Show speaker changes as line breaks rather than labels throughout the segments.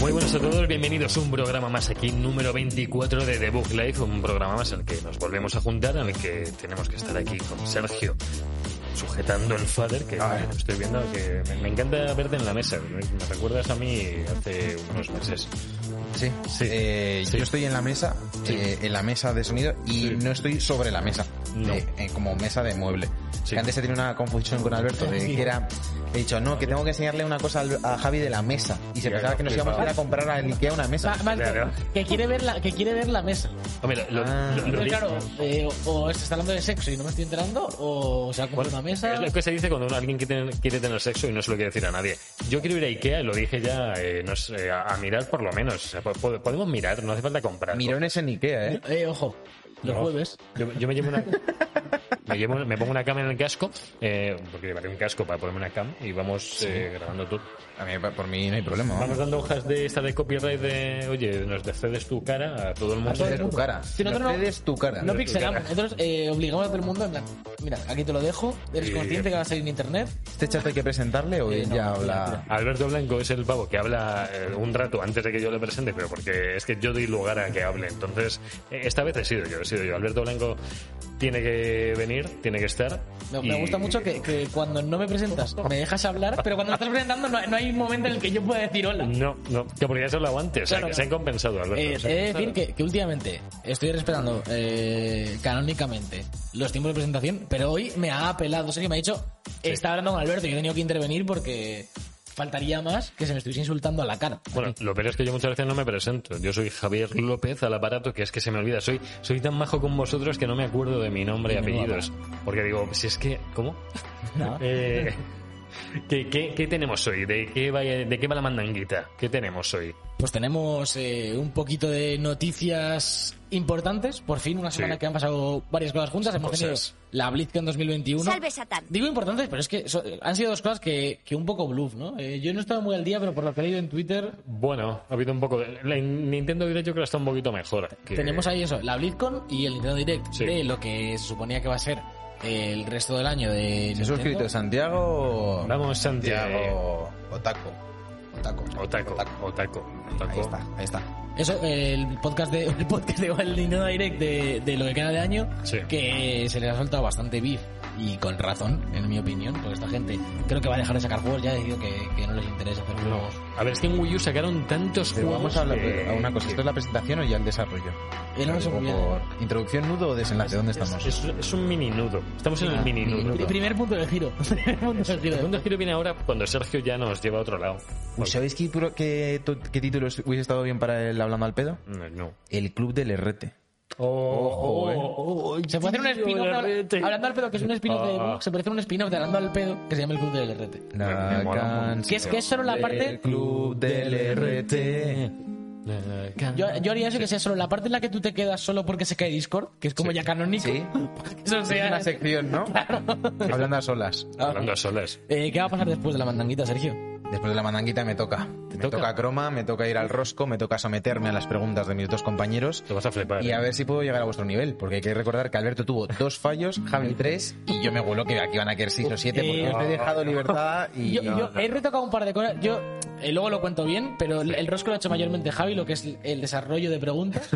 Muy buenas a todos, bienvenidos a un programa más aquí, número 24 de The Book Life, un programa más en el que nos volvemos a juntar, en el que tenemos que estar aquí con Sergio sujetando el fader que bueno, estoy viendo que me, me encanta verte en la mesa, me, me recuerdas a mí hace unos meses.
Sí.
Pues Sí.
Eh,
Sí.
Yo estoy en la mesa, eh, en la mesa de sonido y
Sí.
no estoy sobre la mesa,
No.
eh, eh, como mesa de mueble.
Sí.
Que Antes se tenía una confusión con Alberto, de
Sí.
que era, he dicho, no, que tengo que enseñarle una cosa al- a Javi de la mesa y se
Ya,
pensaba que nos
pues,
íbamos a ir a comprar a Ikea una mesa.
Va- vale,
Claro.
que quiere ver la que quiere ver la mesa.
Hombre, ¿eh? lo,
Ah.
lo- lo-
Pero
lo-
claro, eh, o, o se está hablando de sexo y no me estoy enterando, o se ha comprado una mesa.
Es lo que se dice cuando alguien quiere tener, quiere tener sexo y no se lo quiere decir a nadie. Yo quiero ir a Ikea, lo dije ya, eh, no sé, a, a mirar por lo menos. O sea, po- po- podemos mirar, no hace falta comprar.
Mirones en Ikea, ¿eh?
Eh, ojo, los
No.
jueves.
Yo, yo me llevo una. Me, llevo, me pongo una cam en el casco, eh, porque llevaré un casco para ponerme una cam y vamos eh, grabando tú.
A mí, pa- por mí no hay problema.
Vamos
vamos.
dando hojas de esta de copyright de, oye, nos descedes tu cara a todo el mundo.
todo el
Cedes tu
mundo.
cara.
Si nosotros
No
no-
cedes tu cara.
No pixelamos, nosotros eh, obligamos a todo el mundo en plan, mira, aquí te lo dejo, eres
Sí.
consciente que va a salir en internet.
¿Este chat hay que presentarle o
Eh,
él
no,
ya
no,
habla?
no,
Alberto Blanco es el pavo que habla eh, un rato antes de que yo le presente, pero porque es que yo doy lugar a que hable. Entonces, eh, esta vez he sido yo, he sido yo. Alberto Blanco tiene que venir, tiene que estar.
Me, me
y-
gusta mucho que, que cuando no me presentas me dejas hablar, pero cuando me estás presentando no, no hay momento en el que yo pueda decir hola.
No, no, que porque ya se hablado antes, o sea,
Claro,
que
claro.
se han compensado, Alberto.
Eh,
o sea,
he de decir
claro.
que, que últimamente estoy respetando eh, canónicamente los tiempos de presentación, pero hoy me ha apelado. Sergio me ha dicho, está hablando con Alberto y he tenido que intervenir porque faltaría más que se me estuviese insultando a la cara.
Bueno, lo peor es que yo muchas veces no me presento. Yo soy Javier López al aparato, que es que se me olvida. Soy, soy tan majo con vosotros que no me acuerdo de mi nombre y
Menudo
apellidos. Porque digo, si es que. ¿Cómo? Eh, ¿qué, qué, qué tenemos hoy? ¿De qué, va, ¿De qué va la mandanguita? ¿Qué tenemos hoy?
Pues tenemos eh, un poquito de noticias importantes. Por fin, una semana
Sí.
que han pasado varias cosas juntas. Hemos tenido
Cosas.
la BlizzCon 2021.
Salve, Satán.
Digo importantes, pero es que so- han sido dos cosas que, que un poco bluff, ¿no? Eh, yo no he estado muy al día, pero por lo que he leído en Twitter,
Bueno, ha habido un poco. de- La Nintendo Direct yo creo que está un poquito mejor. que-
Tenemos ahí eso, la BlizzCon y el Nintendo Direct
Sí.
de lo que se suponía que va a ser el resto del año de
¿Se ha suscrito
Nintendo.
Santiago?
Vamos, Santiago.
Santiago. Otaco. Otaco.
Otaco,
Otaco.
Otaco,
Ahí
Otaco.
está, ahí está.
Eso, el podcast de el podcast de el Nintendo Direct de, de lo que queda de año,
Sí.
que se les ha soltado bastante beef y con razón, en mi opinión, porque esta gente creo que va a dejar de sacar juegos, ya he decidido que, que no les interesa hacer
No.
juegos. Eh,
A ver, es que en Wii U sacaron tantos
Pero
juegos.
vamos a hablar
que-
a una cosa. ¿Esto es la presentación o ya el desarrollo?
Eh, no, no sé
Digo,
muy bien.
por ¿Introducción, nudo o desenlace? ¿Dónde estamos?
Es, es un mini nudo. Estamos en el
Ah,
mini nudo.
pri- Primer punto de giro. Primer punto de giro.
El mundo giro viene ahora cuando Sergio ya nos lleva a otro lado.
Uy, ¿Sabéis qué, pro- qué tu- qué título hubiese estado bien para el Hablando al Pedo?
No, Mm, no.
El Club del Errete.
Ojo,
Ojo, eh.
Se puede hacer un spin-off de habla- hablando al pedo, que es un spin-off de
Ah.
Vox, se puede hacer un spin-off de hablando al pedo que se llama el club del RT.
Me- me
La
mola un montón.
canción
Que es que es solo la
del
parte.
Club del Errete.
Yo, yo haría eso que sea solo la parte en la que tú te quedas solo porque se cae Discord, que es como ya canónico.
Sí.
Eso
Es
sea. Ah,
una sección, ¿no? Hablando a solas.
Hablando a solas.
Eh, ¿Qué va a pasar después de la mandanguita, Sergio?
Después de la mandanguita me toca. Me
toca?
toca croma, me toca ir al rosco, me toca someterme a las preguntas de mis dos compañeros
Te vas a flipar.
Y
eh.
a ver si puedo llegar a vuestro nivel, porque hay que recordar que Alberto tuvo dos fallos, Javi tres, y yo me vuelo que aquí van a querer seis o siete, porque
Eh,
os he dejado libertad y...
Yo, yo he retocado un par de cosas. Yo eh, luego lo cuento bien, pero el- el rosco lo ha hecho mayormente Javi, lo que es el desarrollo de preguntas.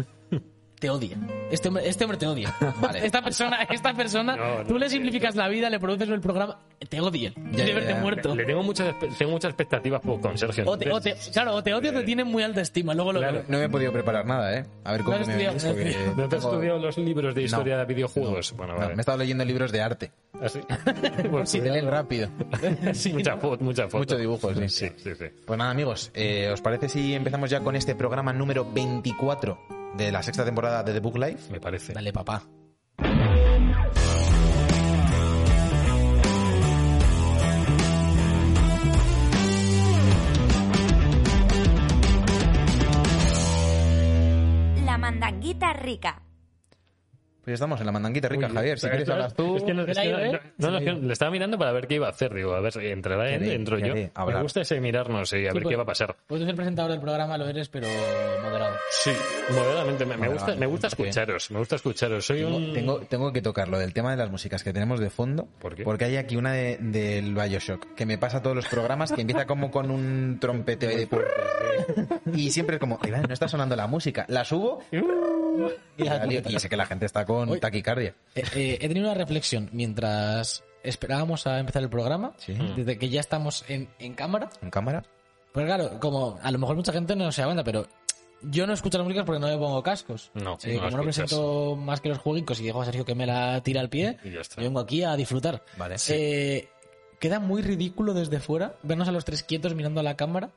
Te odia. Este hombre, este hombre te odia.
Vale.
Esta persona, esta persona
No, no,
tú le simplificas la vida, le produces el programa, te odia.
Ya,
de
ya,
verte
ya.
muerto.
Le tengo muchas, espe- tengo muchas expectativas por- con Sergio.
O te, o te- claro, o te odia o te tienen muy alta estima. Luego lo
Claro.
No me he podido preparar nada, ¿eh? A ver cómo
No has
me venís,
estudiado, no has
porque
estudiado.
¿No te has
tengo-
estudiado los libros de historia de videojuegos? Bueno,
No,
vale.
me he estado leyendo libros de arte.
Así. Pues
Se
cuidado.
leen rápido.
Sí.
Mucha foto, mucha foto.
Mucho dibujo, sí.
Sí, sí, sí.
Pues nada, amigos, eh, ¿os parece si empezamos ya con este programa número 24 de la sexta temporada de The Book Life?
Me parece.
Dale, papá.
La mandanguita rica.
Pues estamos en la mandanguita rica,
Uy,
Javier. Si quieres hablas tú.
Es que no, es que no-
¿Del aire?
no, no, es que le estaba mirando para ver qué iba a hacer. Digo, a ver, entrará él,
Queré,
entro yo.
queré, hablar.
Me gusta ese mirarnos y a
Sí,
ver
pues.
qué va a pasar.
Puedes ser presentador del programa, lo eres, pero moderado.
Sí, moderadamente. Me, me gusta, me gusta
¿por qué?
escucharos, me gusta escucharos. Soy
Tengo,
un...
tengo, tengo que tocarlo del tema de las músicas que tenemos de fondo.
¿Por qué?
Porque hay aquí una de- del Bioshock que me pasa todos los programas que empieza como con un trompeteo ahí de puertas. Y siempre es como, "Ay, vale, no está sonando la música. La subo y, la lío. Y sé que la gente está con
Uy.
taquicardia.
Eh, eh, he tenido una reflexión mientras esperábamos a empezar el programa,
Sí.
desde que ya estamos en, en cámara.
¿En cámara?
Pues claro, como a lo mejor mucha gente no se da cuenta, pero yo no escucho las músicas porque no me pongo cascos.
No,
Eh,
no
como no
escuchas.
presento más que los jueguitos y dejo a Sergio que me la tira al pie,
Y ya está.
yo vengo aquí a disfrutar.
Vale.
Eh, queda muy ridículo desde fuera vernos a los tres quietos mirando a la cámara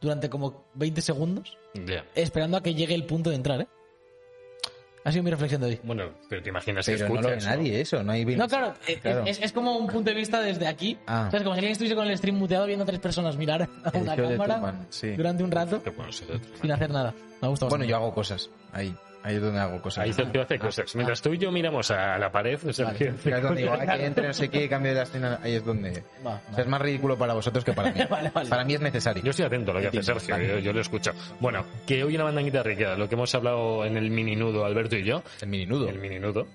durante como 20 segundos,
Ya.
esperando a que llegue el punto de entrar, ¿eh? Ha sido mi reflexión de hoy.
Bueno, pero te imaginas que
Pero no
escuchas.
lo ve nadie, eso. No hay
No, claro, eh,
Claro.
Es, es como un punto de vista desde aquí.
Ah.
O sea, es como si alguien estuviese con el stream muteado viendo a tres personas mirar a
El
una
show de
cámara
Truman, sí.
durante un
¿eh?
rato
Pero bueno, sí, de otra
sin
manera.
hacer nada. Me ha gustado
Bueno,
bastante.
yo hago cosas. Ahí. Ahí es donde hago cosas.
Ahí Sergio hace
ah.
cosas. Mientras tú y yo miramos a la pared, Sergio hace
Ahí es donde digo,
cosas.
"Ay, que entre, no sé qué, cambio de la escena. Ahí es donde.
Va,
O sea, es más ridículo para vosotros que para mí.
Vale, vale.
Para mí es necesario.
Yo estoy atento a lo que hace
Entiendo,
Sergio,
vale.
yo, yo lo escucho. Bueno, que hoy en la mandanguita rica, lo que hemos hablado en el mininudo Alberto y yo,
El mininudo.
el mininudo,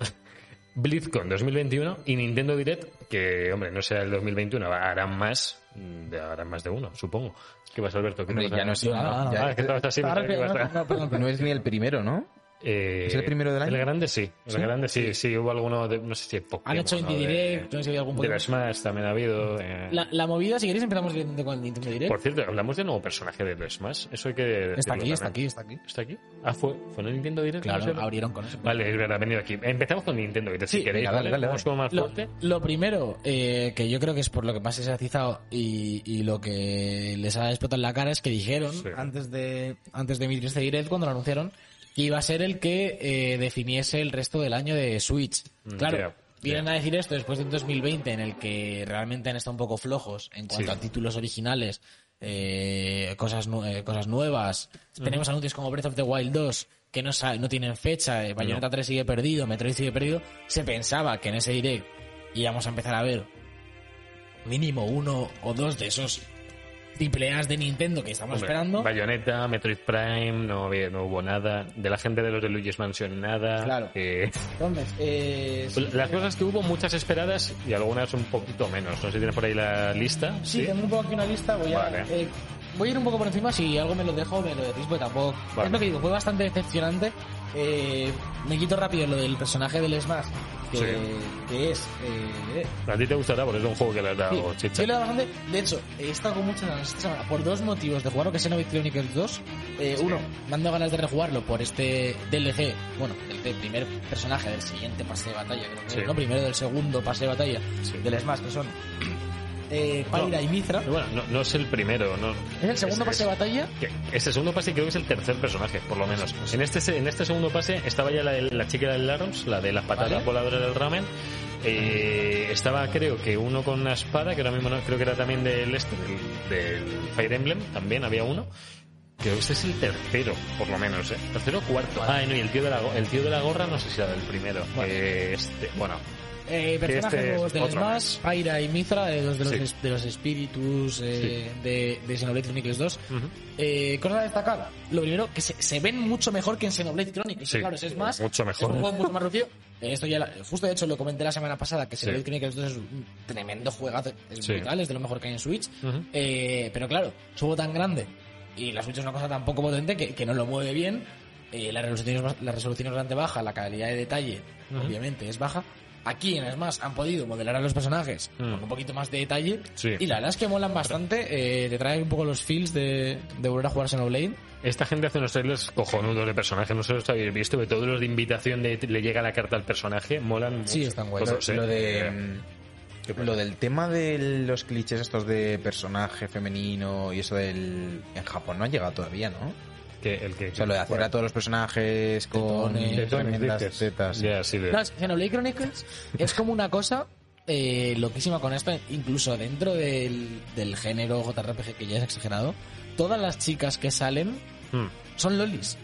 BlizzCon 2021 y Nintendo Direct, que, hombre, no será el 2021, harán más, mm, harán más de uno, supongo. ¿Qué pasa, Alberto? ¿Qué
Hombre,
te pasa?
ya no es uno, ¿no?
Ah,
Ya-
Ah, es que estabas así,
Ahora
pensaba que
que-
ibas a-
no, perdón, perdón.
No es ni el primero, ¿no?
Eh,
¿Es el primero del año?
El grande sí. El grande sí, sí. Hubo alguno de. No sé si de Pokémon.
Han hecho
o
Indie
de-
Direct, no sé si había algún
De
Pokémon.
las Smash también ha habido. eh.
La, la movida, si queréis, empezamos directamente con el Nintendo Direct.
Por cierto, hablamos del nuevo personaje de The Smash. Eso hay que. decirlo
está, aquí, está
también.
aquí, está aquí,
¿Está aquí? Ah, fue, fue en el Nintendo Direct. no
Claro,
sé.
abrieron con eso.
Vale, es verdad, ha venido aquí. Empezamos con Nintendo Direct. si
Sí,
queréis,
venga, dale, dale,
¿vale? Vamos
dale.
con más
Lo,
fuerte.
lo primero, eh, que yo creo que es por lo que más se ha cizado y, y lo que les ha explotado en la cara es que dijeron
Sí.
antes de antes de emitir este direct, cuando lo anunciaron, que iba a ser el que eh, definiese el resto del año de Switch.
Mm,
Claro,
yeah,
vienen
yeah.
a decir esto después de un 2020 en el que realmente han estado un poco flojos en cuanto
Sí.
a títulos originales, eh, cosas, nu- eh, cosas nuevas. Tenemos anuncios como Breath of the Wild 2 que no, sa- no tienen fecha, eh, Bayonetta 3 sigue perdido, Metroid sigue perdido. Se pensaba que en ese direct íbamos a empezar a ver mínimo uno o dos de esos triple A's de Nintendo que estamos
Hombre,
esperando.
Bayonetta, Metroid Prime, no, había- no hubo nada. De la gente de los de Luigi's Mansion, nada.
Claro.
Eh,
Entonces, eh, sí,
las cosas que hubo, muchas esperadas y algunas un poquito menos. No sé si tienes por ahí la lista.
sí, tengo un poco aquí una lista, voy a...
Vale.
eh, Voy a ir un poco por encima, si algo me lo dejo, me lo decís, porque tampoco...
Vale.
Es lo que digo, fue bastante decepcionante. Eh, me quito rápido lo del personaje del Smash, que,
Sí.
que es... eh,
A ti te gustará porque es un juego que le has
Sí,
dado chicha.
yo le he dado bastante. De hecho, he estado con muchas ganas esta semana por dos motivos de jugarlo, que es Xenoblade Chronicles 2. Eh,
Sí.
Uno, me han dado ganas de rejugarlo por este DLC, bueno, el de primer personaje del siguiente pase de batalla, creo que
Sí.
es, ¿no? Primero del segundo pase de batalla
Sí.
del Smash, que son eh, Pyra
No.
y Mithra.
Pero Bueno, no, no es el primero, no.
Es el segundo
Es-
pase de batalla.
Que- Este segundo pase creo que es el tercer personaje, por lo menos. En este, se- en este segundo pase estaba ya la, la chica del Larms, la de las patatas
Vale.
voladoras del ramen. Eh, estaba creo que uno con una espada, que ahora mismo no- creo que era también del este, del, del Fire Emblem, también había uno. Creo que este es el tercero, por lo menos, ¿eh? Tercero o cuarto. Ah, y no, y el tío de la, go- el tío de la gorra no sé si era del primero.
Vale.
Eh, este, bueno,
Eh,
Que
personajes
este es
nuevos del
otro
Smash, Pyra y Mithra, eh, dos de los,
Sí.
es- de los espíritus eh, de, de Xenoblade Chronicles 2. Eh, cosa a destacar, lo primero, que se, se ven mucho mejor que en Xenoblade Chronicles.
Sí,
claro, es más,
mucho mejor.
Es un juego mucho más reducido. Eh, Esto ya, la- justo de hecho lo comenté la semana pasada, que
Sí.
Xenoblade Chronicles 2 es un tremendo juegazo, es
Sí.
brutal, es de lo mejor que hay en Switch.
Ujú.
Eh, pero claro, es un juego tan grande y la Switch es una cosa tan poco potente que, que no lo mueve bien. Eh, la, resolución es, bas- la resolución es bastante baja, la calidad de detalle
Ujú.
obviamente es baja. Aquí en Smash han podido modelar a los personajes
Mm.
con un poquito más de detalle
Sí.
y la verdad es que molan bastante. eh, te trae un poco los feels de, de volver a jugar Xenoblade.
Esta gente hace unos trailers cojonudos de personajes, no sé si los habéis visto, pero todos los de invitación de, le llega la carta al personaje, molan mucho.
Sí, están guays.
Todos,
Pues Lo,
¿eh?
lo de,
Eh,
mm, lo del tema de los clichés estos de personaje femenino y eso del... En Japón no ha llegado todavía, ¿no?
que, el que,
O sea, lo de hacer a todos los personajes con
Tetones.
tremendas
dices.
tetas.
Ya, sí, de-
No, es- Xenoblade Chronicles es como una cosa eh, loquísima con esto, incluso dentro del, del género JRPG que ya es exagerado. Todas las chicas que salen
Mm.
son lolis.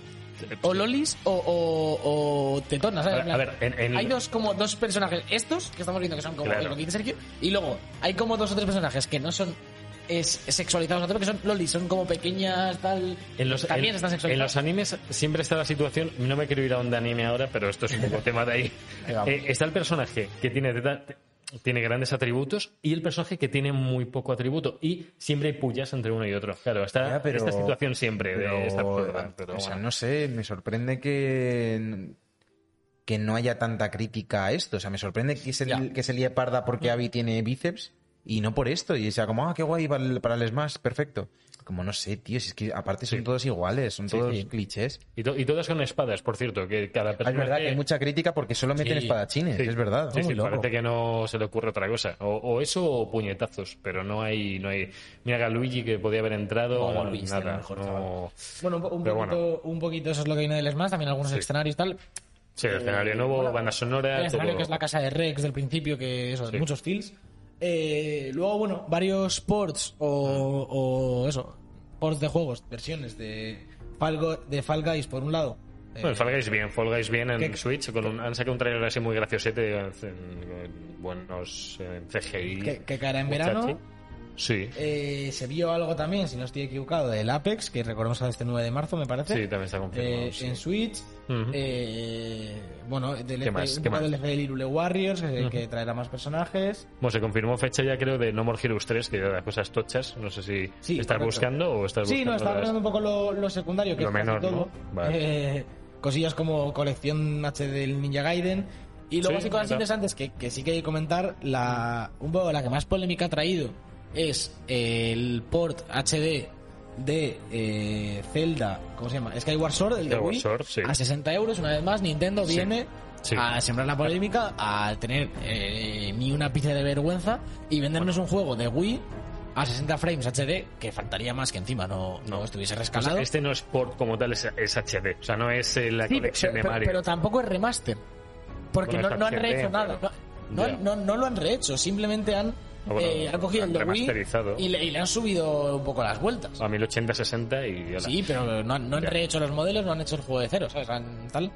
o lolis o, o, o tetonas. ¿sabes?
A ver, a ver, en- en-
Hay dos como dos personajes, estos que estamos viendo que son como
Claro.
lo que dice Sergio, y luego hay como dos o tres personajes que no son es, sexualizados, pero que son lolis, son como pequeñas, tal.
En los,
también
en-
están
en
sexualizados.
los animes siempre está la situación, no me quiero ir a onda anime ahora, pero esto es un poco tema de ahí.
Ahí vamos.
Eh, está el personaje que tiene, teta- te- tiene grandes atributos y el personaje que tiene muy poco atributo. Y siempre hay pullas entre uno y otro. Claro, está
Ya, pero-
esta situación siempre
pero-
de esta forma, pero
o sea,
bueno.
no sé, me sorprende que que no haya tanta crítica a esto. O sea, me sorprende que se,
Ya.
que se líe parda porque
Mm.
Abby tiene bíceps y no por esto. Y sea como, ah, qué guay para el, para el Smash, perfecto. Como no sé, tío, si es que aparte son
Sí.
todos iguales, son todos
sí.
clichés.
Y, to- y todas son espadas, por cierto, que cada
Ah,
persona
es verdad que hay mucha crítica porque solo meten
Sí.
espadachines,
Sí.
es verdad.
Sí,
Muy
sí,
loco.
parece que no se le ocurre otra cosa. O, o eso o puñetazos, pero no hay, no hay. Mira Galuigi que podía haber entrado.
Como Luis,
nada,
tiene mejor
no-
trabajo. Bueno, un, po- un
Pero
poquito,
bueno.
un poquito eso es lo que viene del Smash, también algunos escenarios y tal.
Sí,
Eh,
el escenario nuevo, banda sonora.
El escenario
todo.
que es la casa de Rex del principio, que eso,
Sí.
muchos fills. Eh, luego, bueno, varios ports o, o eso, ports de juegos, versiones de Fall, Go- de Fall Guys por un lado. Eh,
Bueno, el Fall Guys bien, Fall Guys bien en
¿Qué-
Switch. Con un, han sacado un trailer así muy graciosete eh, con buenos eh, CGI.
que, que caerá en
muchachi.
verano.
Sí,
Eh, se vio algo también, si no estoy equivocado, del Apex, que recordemos ahora este 9 de marzo, me parece.
sí, también está confirmado.
Eh,
sí.
en Switch.
Ujú.
eh, bueno, del
¿Qué más?
un
¿Qué
poco
más?
del DLC de Lirule Warriors, eh, que traerá más personajes.
Bueno, se confirmó fecha ya creo de No More Heroes 3, que las cosas tochas. No sé si
Sí,
estás
correcto.
buscando o estás
Sí,
buscando.
no, estaba
las-
pensando un poco lo, lo secundario, que
Lo
es casi
menor,
todo.
¿no? Vale.
Eh, cosillas como colección H del Ninja Gaiden. Y luego
Sí,
sí, cosas
verdad.
interesantes que, que sí que hay que comentar. La, un poco la que más polémica ha traído es eh, el port HD de eh, Zelda, ¿cómo se llama? Skyward Sword, el de
Skyward
Wii,
Sword, sí.
a 60 euros. Una vez más, Nintendo
Sí.
viene
Sí.
a sembrar la polémica, a tener eh, ni una pizca de vergüenza y vendernos un juego de Wii a 60 frames HD que faltaría más que encima no, no,
O
estuviese
sea,
rescalado.
este no es port como tal, es, es HD. O sea, no es eh, la
Sí,
colección
pero,
de Mario.
pero tampoco es remaster. Porque
Bueno,
no,
es
no han
HD,
rehecho nada.
pero-
No,
Ya.
no, no, no lo han rehecho, simplemente han,
Ah, bueno,
eh, han cogido
han
el de Wii
remasterizado.
y le, y le han subido un poco las vueltas.
A 1080-60 y... ala.
Sí, pero no, han- no han
Ya.
rehecho los modelos, no han hecho el juego de cero, ¿sabes? Han- tal.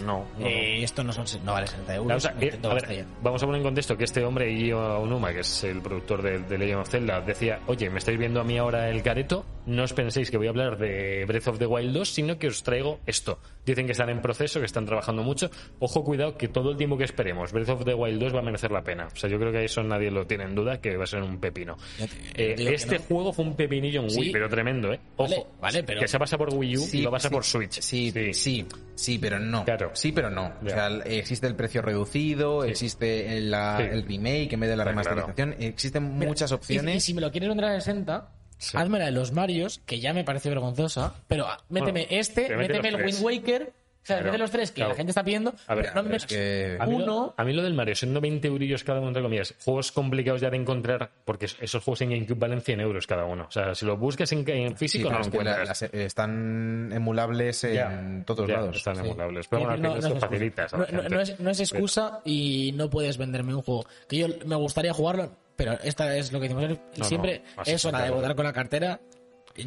No, no, no.
Eh, esto no, son, no vale 60 euros.
Claro, o sea, que-
Nintendo
a ver,
gasta ya.
vamos a poner en contexto que este hombre, Io Aonuma, que es el productor de, de Legend of Zelda, decía, oye, me estáis viendo a mí ahora el careto, no os penséis que voy a hablar de Breath of the Wild 2, sino que os traigo esto. Dicen que están en proceso, que están trabajando mucho. Ojo, cuidado, que todo el tiempo que esperemos, Breath of the Wild 2 va a merecer la pena. O sea, yo creo que eso nadie lo tiene en duda, que va a ser un pepino.
Ya te-
Eh,
digo que
este
no.
juego fue un pepinillo en Wii,
Sí.
pero tremendo, ¿eh? Ojo,
Vale, vale, pero-
que se pasa por Wii U y lo pasa por Switch.
Sí, sí, sí, pero no.
Claro.
Sí, pero no. O
Ya.
sea, el- existe el precio reducido, existe el, la-
Sí.
el remake en vez de la
Está claro.
remasterización, existen
Mira,
muchas
y-
opciones.
Y, si me lo quieres vender a 60,
Sí.
hazme la de los Marios, que ya me parece vergonzosa, pero ah, méteme
Bueno,
este,
te mete
méteme el
los
Wind
tres.
Waker, o sea,
Claro,
mete los tres que
claro.
la gente está pidiendo,
A ver,
pero no me
pero es
metas
que-
A mí,
uno...
lo, a mí lo del Mario, siendo 20 eurillos cada uno, entre comillas, juegos complicados ya de encontrar, porque es- esos juegos en GameCube valen 100 euros cada uno. O sea, si lo buscas en, en
Sí,
físico
pero
no lo
es que la-
encuentras.
las- eh, están emulables en
Ya,
todos
ya,
lados.
Están
Sí.
emulables. Pero bueno, al
Quiero
final
decir,
esto facilitas. a
no-
la
no-
gente.
no es, no es excusa y no puedes venderme un juego. Que yo me gustaría jugarlo, pero esta es lo que decimos
no,
siempre.
a
es
60
hora de
euros.
votar con la cartera.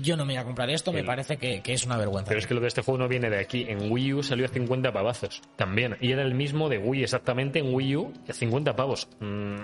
Yo no me voy a comprar esto, me
El-
parece que, que es una vergüenza.
Pero es que lo de este juego no viene de aquí. En Wii U salió a 50 pavazos también. Y era el mismo de Wii exactamente en Wii U, a 50 pavos. Mm,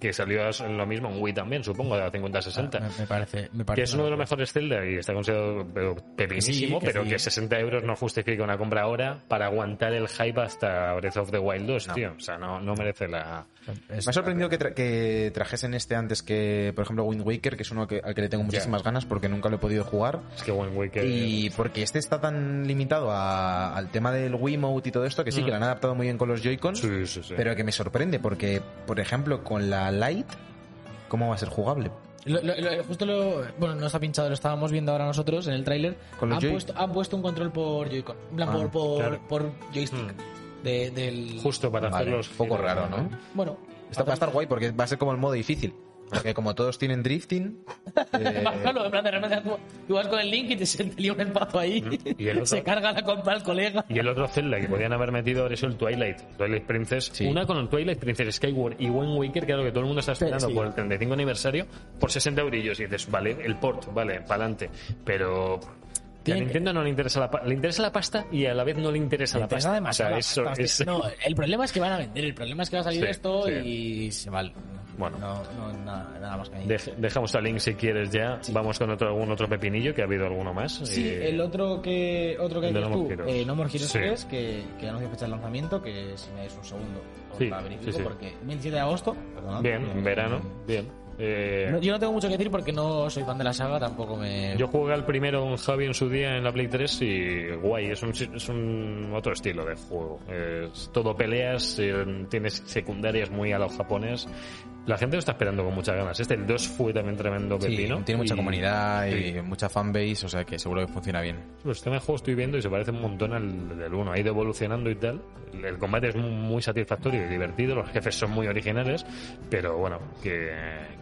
que salió a- lo mismo en Wii también, supongo, a
Ah,
50-60.
me, me parece, me
Que
parece
es
una
uno de los mejores Zelda y está considerado pero, pepinísimo,
Que sí, que
pero
sí.
que 60 euros no justifica una compra ahora para aguantar el hype hasta Breath of the Wild 2, tío. O sea, no, no merece la...
vergüenza.
Me ha sorprendido que, tra- que trajesen este antes que, por ejemplo, Wind Waker, que es uno que- al que le tengo muchísimas ganas porque nunca lo he podido jugar.
Es que Wind Waker...
Y porque este está tan limitado a- al tema del Wiimote y todo esto, que
Mm.
sí, que lo han adaptado muy bien con los Joy-Cons,
Sí, sí, sí.
pero que me sorprende porque, por ejemplo, con la Lite, ¿cómo va a ser jugable?
Lo- lo- lo- justo lo. Bueno, no está pinchado, lo estábamos viendo ahora nosotros en el tráiler.
Con los
Han
Joy-
puesto, han puesto un control por Joy-Con. en plan,
Ah,
por, por,
claro. Hmm.
por joystick. de- del.
Justo para
Vale,
hacerlos...
un poco raro, ¿no?
Bueno.
Esto va a estar guay porque va a ser como el modo difícil. Porque como todos tienen drifting, eh,
Bájalo, en plan, de repente tú, tú vas con el link y te se te lía un espacio ahí.
Hmm. Y el otro-
se carga la compra al colega.
Y el otro Zelda que podían haber metido ahora es el Twilight, Twilight Princess.
Sí.
Una con el Twilight Princess Skyward y Wind Waker, que era lo que todo el mundo está esperando
Sí.
por el 35 aniversario, por 60 eurillos. Y dices, vale, el port, vale, pa'lante. Pero Que a
Tienen que-
Nintendo no le interesa, la, pa- le interesa la pasta y a la vez no le interesa
Le
la
interesa
pasta. O sea,
demasiado la
eso
pasta,
es-
hostia. No, el problema es que van a vender, el problema es que va a salir
Sí,
esto
sí.
y se va. al-
Bueno.
No, no, nada, nada más que añadir.
Dej- dejamos a Link si quieres ya. Vamos con otro, algún otro pepinillo, que ha habido alguno más.
Sí,
Eh,
el otro que otro que
el de
dices
No More
tú,
Heroes.
eh, No More Heroes
Sí.
3, que, que anunció fecha de lanzamiento, que si me dais un segundo os
Sí,
la verifico,
sí, sí.
porque 27 de agosto, perdón.
Bien, en verano. Bien. Eh,
Mm. No, yo no tengo mucho que decir porque no soy fan de la saga, tampoco me...
Yo jugué al primero con Javi en su día en la Play 3 y guay, es un, es un otro estilo de juego. Es todo peleas, eh, tienes secundarias muy a los japonés. La gente lo está esperando con muchas ganas. Este, el 2 fue también tremendo
Sí,
pepino.
tiene mucha
y-
comunidad y
sí.
mucha fanbase, o sea que seguro que funciona bien.
Los temas de juego Pues este estoy viendo y se parece un montón al del 1. Ha ido evolucionando y tal. El combate es muy satisfactorio y divertido. Los jefes son muy originales. Pero bueno, que,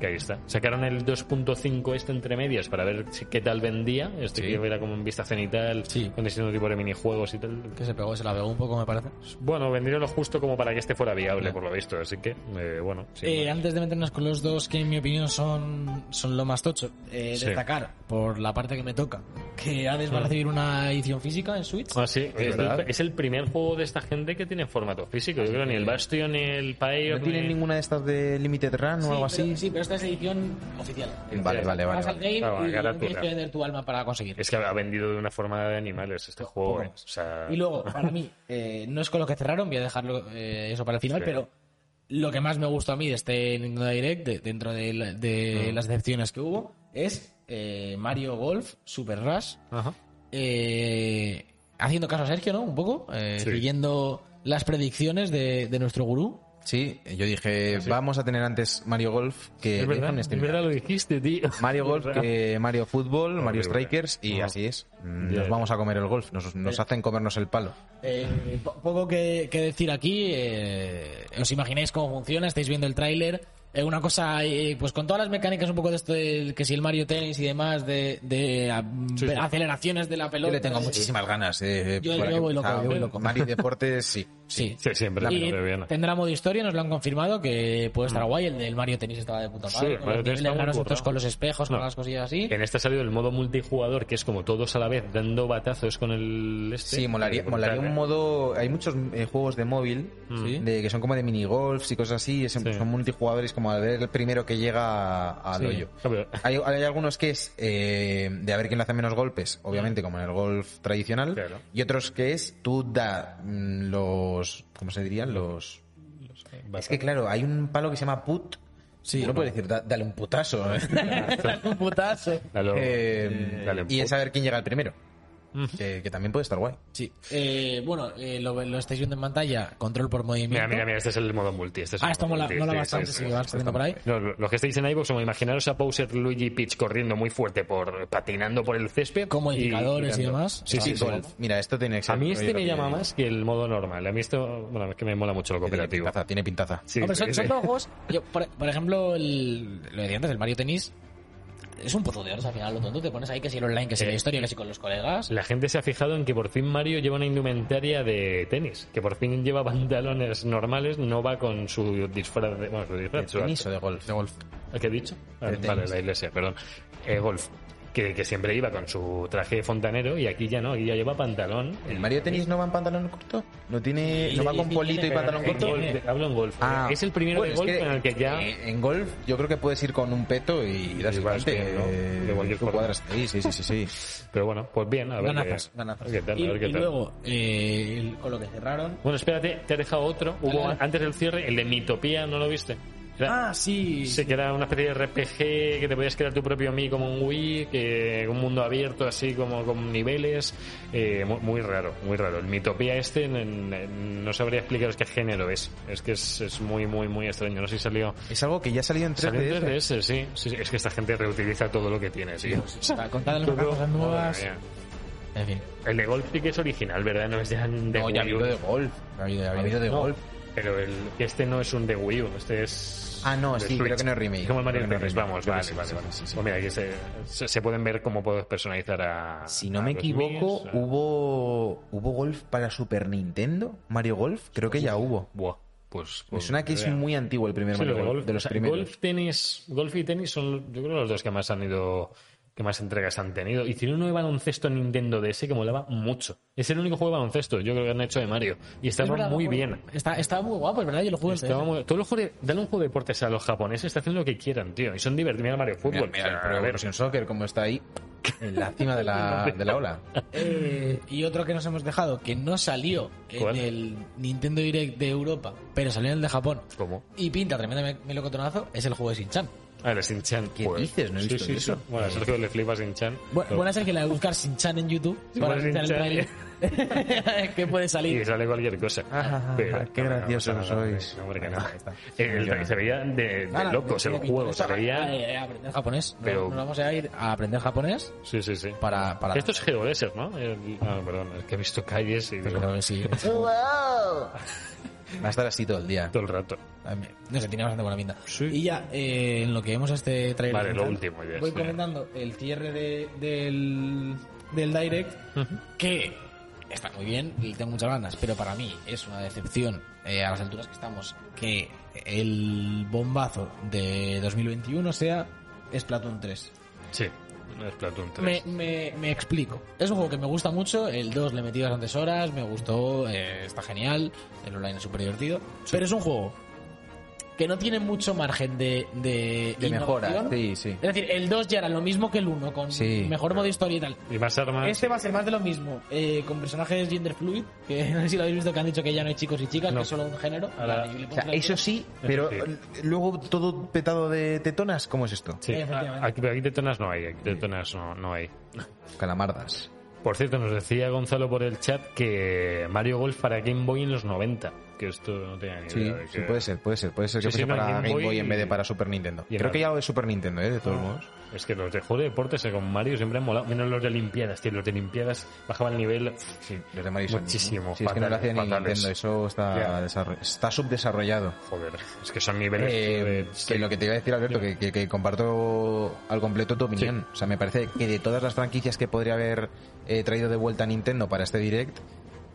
que ahí está. Sacaron el 2.5 este entre medias para ver si- qué tal vendía. Este
Sí.
que era como en vista cenital.
Sí.
Con distintos tipos de minijuegos y tal.
Que se pegó, se la pegó un poco, me parece.
Bueno, vendieron lo justo como para que este fuera viable, por lo visto. Así que, eh, bueno. sí,
Eh,
bueno.
antes de meternos con los dos que en mi opinión son, son lo más tocho, eh,
Sí.
destacar por la parte que me toca, que Hades va a recibir una edición física en Switch.
Ah, sí, es,
verdad.
el- es el primer juego de esta gente que tiene formato físico. Yo creo ni el Bastion, ni el Payo.
¿No tienen ninguna de estas de Limited Run o algo
Sí, pero-
así?
sí, pero esta es edición oficial.
Vale, vale, vale.
Vas al
vale.
game
Ah, vale,
y
carátula.
tienes que vender tu alma para conseguir.
Es que ha vendido de una forma de animales este juego.
poco
eh. O
más.
sea,
Y luego, para mí, eh, no es con lo que cerraron, voy a dejarlo eh, eso para el final,
Sí.
pero lo que más me gustó a mí de este Nintendo Direct, de- dentro de, la- de
Mm.
las decepciones que hubo, es eh, Mario Golf Super Rush,
Ajá.
eh, haciendo caso a Sergio, ¿no? Un poco, eh,
Sí.
siguiendo las predicciones de, de nuestro gurú.
Sí, yo dije,
Ah, Sí.
vamos a tener antes Mario Golf que
Es verdad,
Dayton
es
Steam.
verdad lo dijiste, tío.
Mario Golf, que Mario Fútbol, Mario
Horrible.
Strikers y
No.
así es. Mm,
Ya,
Nos
ya.
vamos a comer el golf, nos, nos hacen comernos el palo.
Eh, po- poco que, que decir aquí. eh, os imagináis cómo funciona, estáis viendo el tráiler. Eh, una cosa, eh, pues con todas las mecánicas un poco de esto, del- que si el Mario Tennis y demás, de, de, a-
Sí, sí.
aceleraciones de la pelota.
Yo le tengo
eh,
muchísimas ganas. eh,
Yo-
para
yo
que-
voy loco,
o sea,
yo voy loco.
Mario Deportes, sí.
Sí.
Sí, siempre.
Y
siempre viene.
tendrá modo historia, nos lo han confirmado, que puede estar guay. El del Mario Tennis estaba de puta
Mm. Sí,
madre.
el
con
Mario Tennis
los niveles
está muy
raros estos
currado.
con los espejos,
No.
con las cosillas así.
En este ha salido el modo multijugador, que es como todos a la vez dando batazos con el este.
Sí, molaría,
Brutal,
molaría
eh.
un modo. Hay muchos eh, juegos de móvil
Sí.
de, que son como de minigolfs y cosas así. y son-
Sí.
Son multijugadores, como a ver el primero que llega al
Sí.
hoyo.
Ah, pero-
Hay, hay algunos que es eh, de a ver quién le hace menos golpes, obviamente, como en el golf tradicional.
Claro.
Y otros que es tú da mm, los. ¿Cómo se dirían? Los. Es que claro, hay un palo que se llama put. Sí, no puedes decir, "Da- dale un putazo.
Un putazo.
Dale un-
Eh,
dale un
y
put.
es saber quién llega el primero. Que, que también puede estar guay.
Sí. Eh, bueno, eh, lo, lo estáis viendo en pantalla. Control por movimiento.
Mira, mira, mira, este es el modo multi. Este es el
Ah, esto
modo
mola,
multi,
mola
sí,
bastante,
sí,
sí,
sí,
va
sí.
saliendo por ahí.
No, lo- los que estáis en iVoox, como imaginaros a Bowser, Luigi y Peach corriendo muy fuerte, por patinando por el césped.
Con modificadores y
dando-
demás.
Sí, sí,
Ah,
sí.
golf. Mira, esto tiene que ser.
A mí este
rollo
me
que-
llama más que el modo normal. A mí esto, bueno, es que me mola mucho lo
que Tiene
cooperativo.
pintaza, tiene pintaza.
Sí,
Hombre,
sí,
son, son
sí.
todos juegos. yo, por, por ejemplo, el, lo decía antes, el Mario Tenis. Es un pozo de horas al final, lo tonto. Te pones ahí que si el online, que si la
Eh.
historia, que si con los colegas.
La gente se ha fijado en que por fin Mario lleva una indumentaria de tenis, que por fin lleva pantalones normales, no va con su disfraz de... Bueno, su disfraz, su-
¿Tenis o de golf? De golf.
¿A ¿Qué he dicho? Ah,
De tenis.
vale, la iglesia, perdón. Eh, golf. Que, que siempre iba con su traje de fontanero y aquí ya no, aquí ya lleva pantalón.
¿El Mario Tenis no va en pantalón corto? ¿No tiene
Sí,
no va
sí,
con
sí,
polito y
tiene,
pantalón
pero
En
corto?
golf, de- hablo en golf.
Ah.
Eh, es el primero
Bueno,
de
es
golf en el que ya...
eh, En golf, yo creo que puedes ir con un peto y das
Y vas
igual.
bien, ¿no? De cualquier forma.
cuadras. Sí, sí, sí, sí. sí.
Pero bueno, pues bien, a ver
Ganazas,
qué-
ganazas.
a ver qué tal,
y,
a ver qué
y
tal.
luego, eh, el- con lo que cerraron.
Bueno, espérate, te he dejado otro. Hubo
Dale, dale.
antes del cierre, el de Mitopía, ¿no lo viste? Era-
Ah, sí.
Sí, que era una especie de RPG que te podías crear tu propio mí como un Wii, que un mundo abierto así como con niveles, eh, mu- muy, raro, muy raro. El Mitopía este n- n- no sabría explicaros qué género es, es que es, es muy muy muy extraño. No sé si salió.
Es algo que ya ha salido en
salió en
3DS.
3DS, sí, sí, sí. es que esta gente reutiliza todo lo que tiene, sí.
Está contando las cosas nuevas.
Madre mía.
En fin.
El de golf sí que es original, ¿verdad? No es de, de
No, ya ha
Wii U.
habido de golf. Ha habido, ha habido de
No,
golf.
Pero el, este no es un de Wii U, este es.
Ah, no,
de
sí, creo que no es remake.
Como el Mario
Creo que no
Tennis,
es remake.
vamos,
Creo
vale,
que sí,
vale,
sí,
vale.
sí, sí.
Pues mira, aquí se, se, se pueden ver cómo puedes personalizar a.
Si no
a
me
los
equivoco,
míos, a-
hubo hubo golf para Super Nintendo, Mario Golf, creo que ya hubo.
Buah, pues.
Me
pues,
suena que es
idea.
muy antiguo el primer
Sí,
Mario
los de
Golf,
golf,
de los
o sea,
primeros.
golf, tenis, golf y tenis son, yo creo, los dos que más han ido ¿Qué más entregas han tenido? Hicieron uno de baloncesto en Nintendo DS que molaba mucho. Es el único juego de baloncesto, yo creo que han hecho de Mario. Y estaba
Es verdad,
muy
bueno,
bien.
Está, está muy guapo, es verdad, yo lo juego en
Estaba
DS.
muy- Todos los juegos de... eh, Dale un juego de deportes a los japoneses, te hacen lo que quieran, tío. Y son divertidos. Mira Mario Fútbol.
Mira, mira, el
O sea,
Pro
a ver,
Evolution Soccer, como está ahí, en la cima de la, de la ola.
Eh, y otro que nos hemos dejado, que no salió en
¿Cuál?
el Nintendo Direct de Europa, pero salió en el de Japón.
¿Cómo?
Y pinta tremendo me- melocotonazo, es el juego de Shin-Chan.
A ver, Shin-Chan.
¿Qué dices? No he
sí,
visto
sí, sí.
eso.
Bueno, a Sergio le flipa Shin-Chan.
Bu-
Pero-
Buena es que la de buscar Shin-Chan en YouTube
Sí,
para
bueno,
ver el trailer. que puede
Y
salir.
sale cualquier cosa.
Ah, qué graciosos
no, no, no,
sois.
no, hombre, que no. Eh,
Ahí está.
El-
Ahí
se veía de, de
Ahora,
locos el
tiene
juego.
pinta.
Se
Ah,
veía.
eh, aprender japonés. No,
Pero-
Nos vamos a ir a aprender japonés
Sí, sí, sí.
para... para...
Esto es geodeser, ¿no? El- ah, perdón, es que he visto calles y digo,
Pero creo que sí.
Va a estar así todo el día.
todo el rato.
No sé, tiene bastante buena pinta.
Sí.
Y ya, eh, en lo que vemos este trailer.
Vale,
central,
lo último ya,
Voy
sí.
comentando el cierre de- del, del Direct, que está muy bien y tengo muchas ganas, pero para mí es una decepción eh, a las alturas que estamos que el bombazo de 2021 sea Splatoon 3.
Sí, no es Platoon 3.
Me, me- me explico. Es un juego que me gusta mucho. El 2 le metí bastantes horas, me gustó, eh, está genial. El online es súper divertido. Pero es un juego que no tiene mucho margen de, de,
De mejora,
innovación.
sí, sí.
Es decir, el 2 ya era lo mismo que el 1, con
Sí.
mejor modo historia y tal.
Y más armas.
Este va a ser más de lo mismo, eh, con personajes gender fluid, que no sé si lo habéis visto que han dicho que ya no hay chicos y chicas,
No.
que es solo un género.
Ahora-
Vale, yo le
O
pongo
sea,
la-
eso sí, pero
Eso
luego todo petado de tetonas, ¿cómo es esto?
Sí,
Eh,
a-
efectivamente.
aquí, pero aquí tetonas no hay, aquí tetonas no, no hay.
Calamardas.
Por cierto, nos decía Gonzalo por el chat que Mario Golf para Game Boy en los 90, que esto no tenía ni
Sí,
idea de
sí,
que-
puede ser, puede ser. Puede ser
Sí,
que
sí,
fuese
no,
para
Game
Game
Boy
Boy en vez de
y-
para Super Nintendo.
y en Ah,
Creo que
la-
ya lo de Super Nintendo, ¿eh? De todos modos.
Es que los de juego de deportes eh, con Mario siempre han molado, menos los de Olimpiadas, tío, los de Olimpiadas bajaban el nivel.
Sí, los de Mario son-
Muchísimo,
Sí, es que no lo hacía ni
fatales, fatales.
Nintendo, eso está,
Ya.
desarro- está subdesarrollado.
Joder, es que son niveles
Eh,
de-
que lo que te iba a decir, Alberto, que, que- que comparto al completo tu opinión. O sea, me parece que de todas las franquicias que podría haber eh, traído de vuelta a Nintendo para este direct,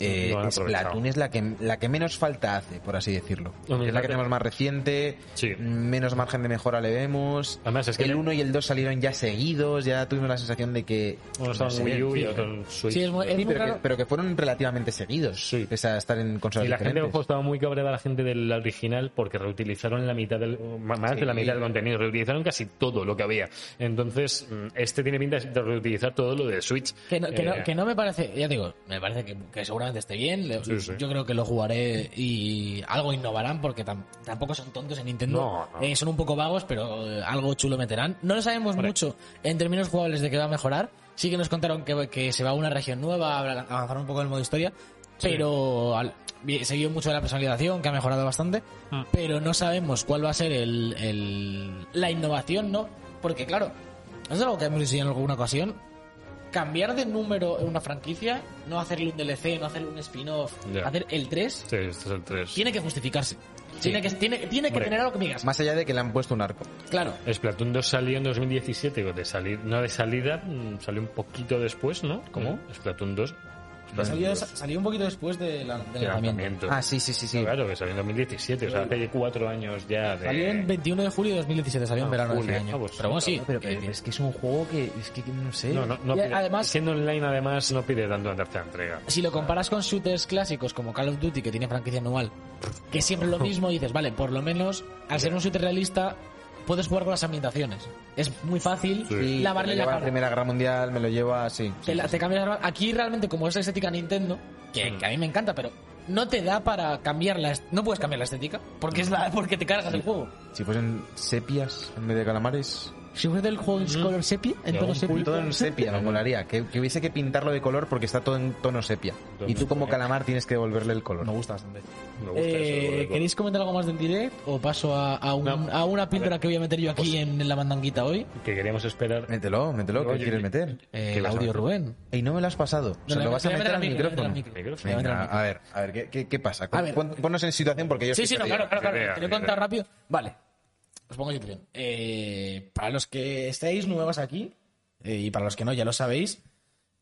eh,
No han aprovechado.
Splatoon es la que, la que menos falta hace, por así decirlo.
No, mira,
es la que
te-
tenemos más reciente,
Sí.
menos margen de mejora le vemos.
Además, es que
el
le-
1 y el 2 salieron ya seguidos, ya tuvimos la sensación de que...
Uno
no
estaba
sé,
en Wii U y
sí,
otro en Switch.
Sí, es muy- es muy
pero, que,
raro.
pero que fueron relativamente seguidos,
Sí.
pese a estar en
Y
consolas
la gente
diferentes.
ojo, estaba muy cabreada la gente del original porque reutilizaron la mitad del, ma- más de la mitad del contenido, reutilizaron casi todo lo que había. Entonces, mm, este tiene pinta de reutilizar todo lo de Switch.
Que no, que, no,
Eh,
que no me parece, ya digo, me parece que, que seguramente esté bien. le-
Sí, sí.
Yo creo que lo jugaré y algo innovarán porque tam- tampoco son tontos en Nintendo.
No, no.
Eh, son un poco vagos, pero eh, algo chulo meterán. No lo sabemos
Hombre.
mucho en términos jugables de que va a mejorar. Sí que nos contaron que, que se va a una región nueva, a avanzar un poco en el modo historia, pero al- vi- se vio mucho de la personalización, que ha mejorado bastante,
Ah.
pero no sabemos cuál va a ser el, el- la innovación, ¿no? Porque claro, eso es algo que hemos dicho ya en alguna ocasión, cambiar de número en una franquicia, no hacerle un DLC, no hacerle un spin-off,
Ya.
hacer el 3,
Sí, este es el 3.
tiene que justificarse. Tiene que, tiene, tiene que
Hombre.
tener algo que me digas.
Más allá de que le han puesto un arco.
Claro.
Splatoon 2 salió en 2017, digo, de salir, no de salida, mm, salió un poquito después, ¿no?
¿Cómo?
Mm.
Splatoon 2. Splatoon
Salió,
2,
salió un poquito después de la- del
de
lanzamiento.
lanzamiento.
Ah, sí, sí, sí, sí.
Claro, que salió en 2017, o sea, hace cuatro años ya de...
Salió el 21 de julio de 2017, salió en
Ah,
verano de ese
julio.
año.
Ah, pues,
pero bueno, sí.
No, pero que-
eh,
es que es un juego que es que no sé.
No, no, no
Y
pide-
además-
siendo online además no pide tanto la tercera entrega.
si lo comparas con shooters clásicos como Call of Duty, que tiene franquicia anual, que siempre es lo mismo, dices, vale, por lo menos al ser un shooter realista, puedes jugar con las ambientaciones. Es muy fácil
Sí,
lavarle
me
la
lleva a
cara.
Primera Guerra Mundial me lo lleva así.
Te, la- te cambias la- Aquí realmente, como es la estética Nintendo, que, que a mí me encanta, pero no te da para cambiar la... est- No puedes cambiar la estética, porque, es la, porque te cargas el juego.
Si fuesen sepias en vez de calamares.
Si fuese del juego en color sepia, en
algún
tono sepia...
Todo en sepia me molaría. Que, que hubiese que pintarlo de color porque está todo en tono sepia. Y tú como calamar tienes que devolverle el color.
Me gusta bastante.
Me gusta
Eh,
eso. luego.
¿Queréis comentar algo más del direct o paso a, a un-
No.
a una píldora que voy a meter yo aquí en, la mandanguita hoy?
Que queríamos esperar...
Mételo, mételo,
Oye,
¿qué quieres
oye.
meter?
Eh,
¿Qué
el
vas a
audio
meter?
Rubén.
Y no me lo has pasado. O sea,
No,
lo vas a
voy
meter al
micro, voy meter
micrófono.
al micro, voy a meter al
Venga,
micro.
a ver, a ver, ¿qué, qué, qué pasa?
A ver.
Pon- Ponnos en situación porque yo
Sí, sí,
estoy
no, claro,
perdido.
claro, claro.
Idea,
Te lo he
idea.
contado rápido. Vale. Os pongo en situación. Eh, para los que estéis nuevos aquí, eh, y para los que no, ya lo sabéis,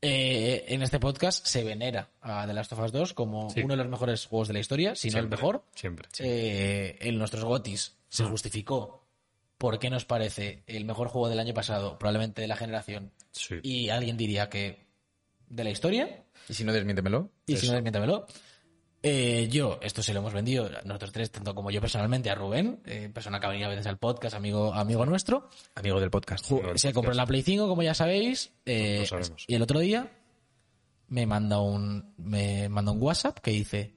eh, en este podcast se venera a The Last of Us 2 como
Sí.
uno de los mejores juegos de la historia, si no eh, el
Siempre,
mejor.
Siempre.
Ah. Eh, en nuestros gotis se justificó por qué nos parece el mejor juego del año pasado, probablemente de la generación,
Sí.
y alguien diría que de la historia,
Y si no, desmiéntemelo.
y si no, desmiéntamelo. Eh, yo, esto se lo hemos vendido, nosotros tres, tanto como yo personalmente, a Rubén, eh, persona que ha venido a veces al podcast, amigo, amigo nuestro.
Amigo del podcast.
Ju-
Se compró la Play 5, como ya sabéis. eh,
Lo sabemos.
Y el otro día me manda un me manda un WhatsApp que dice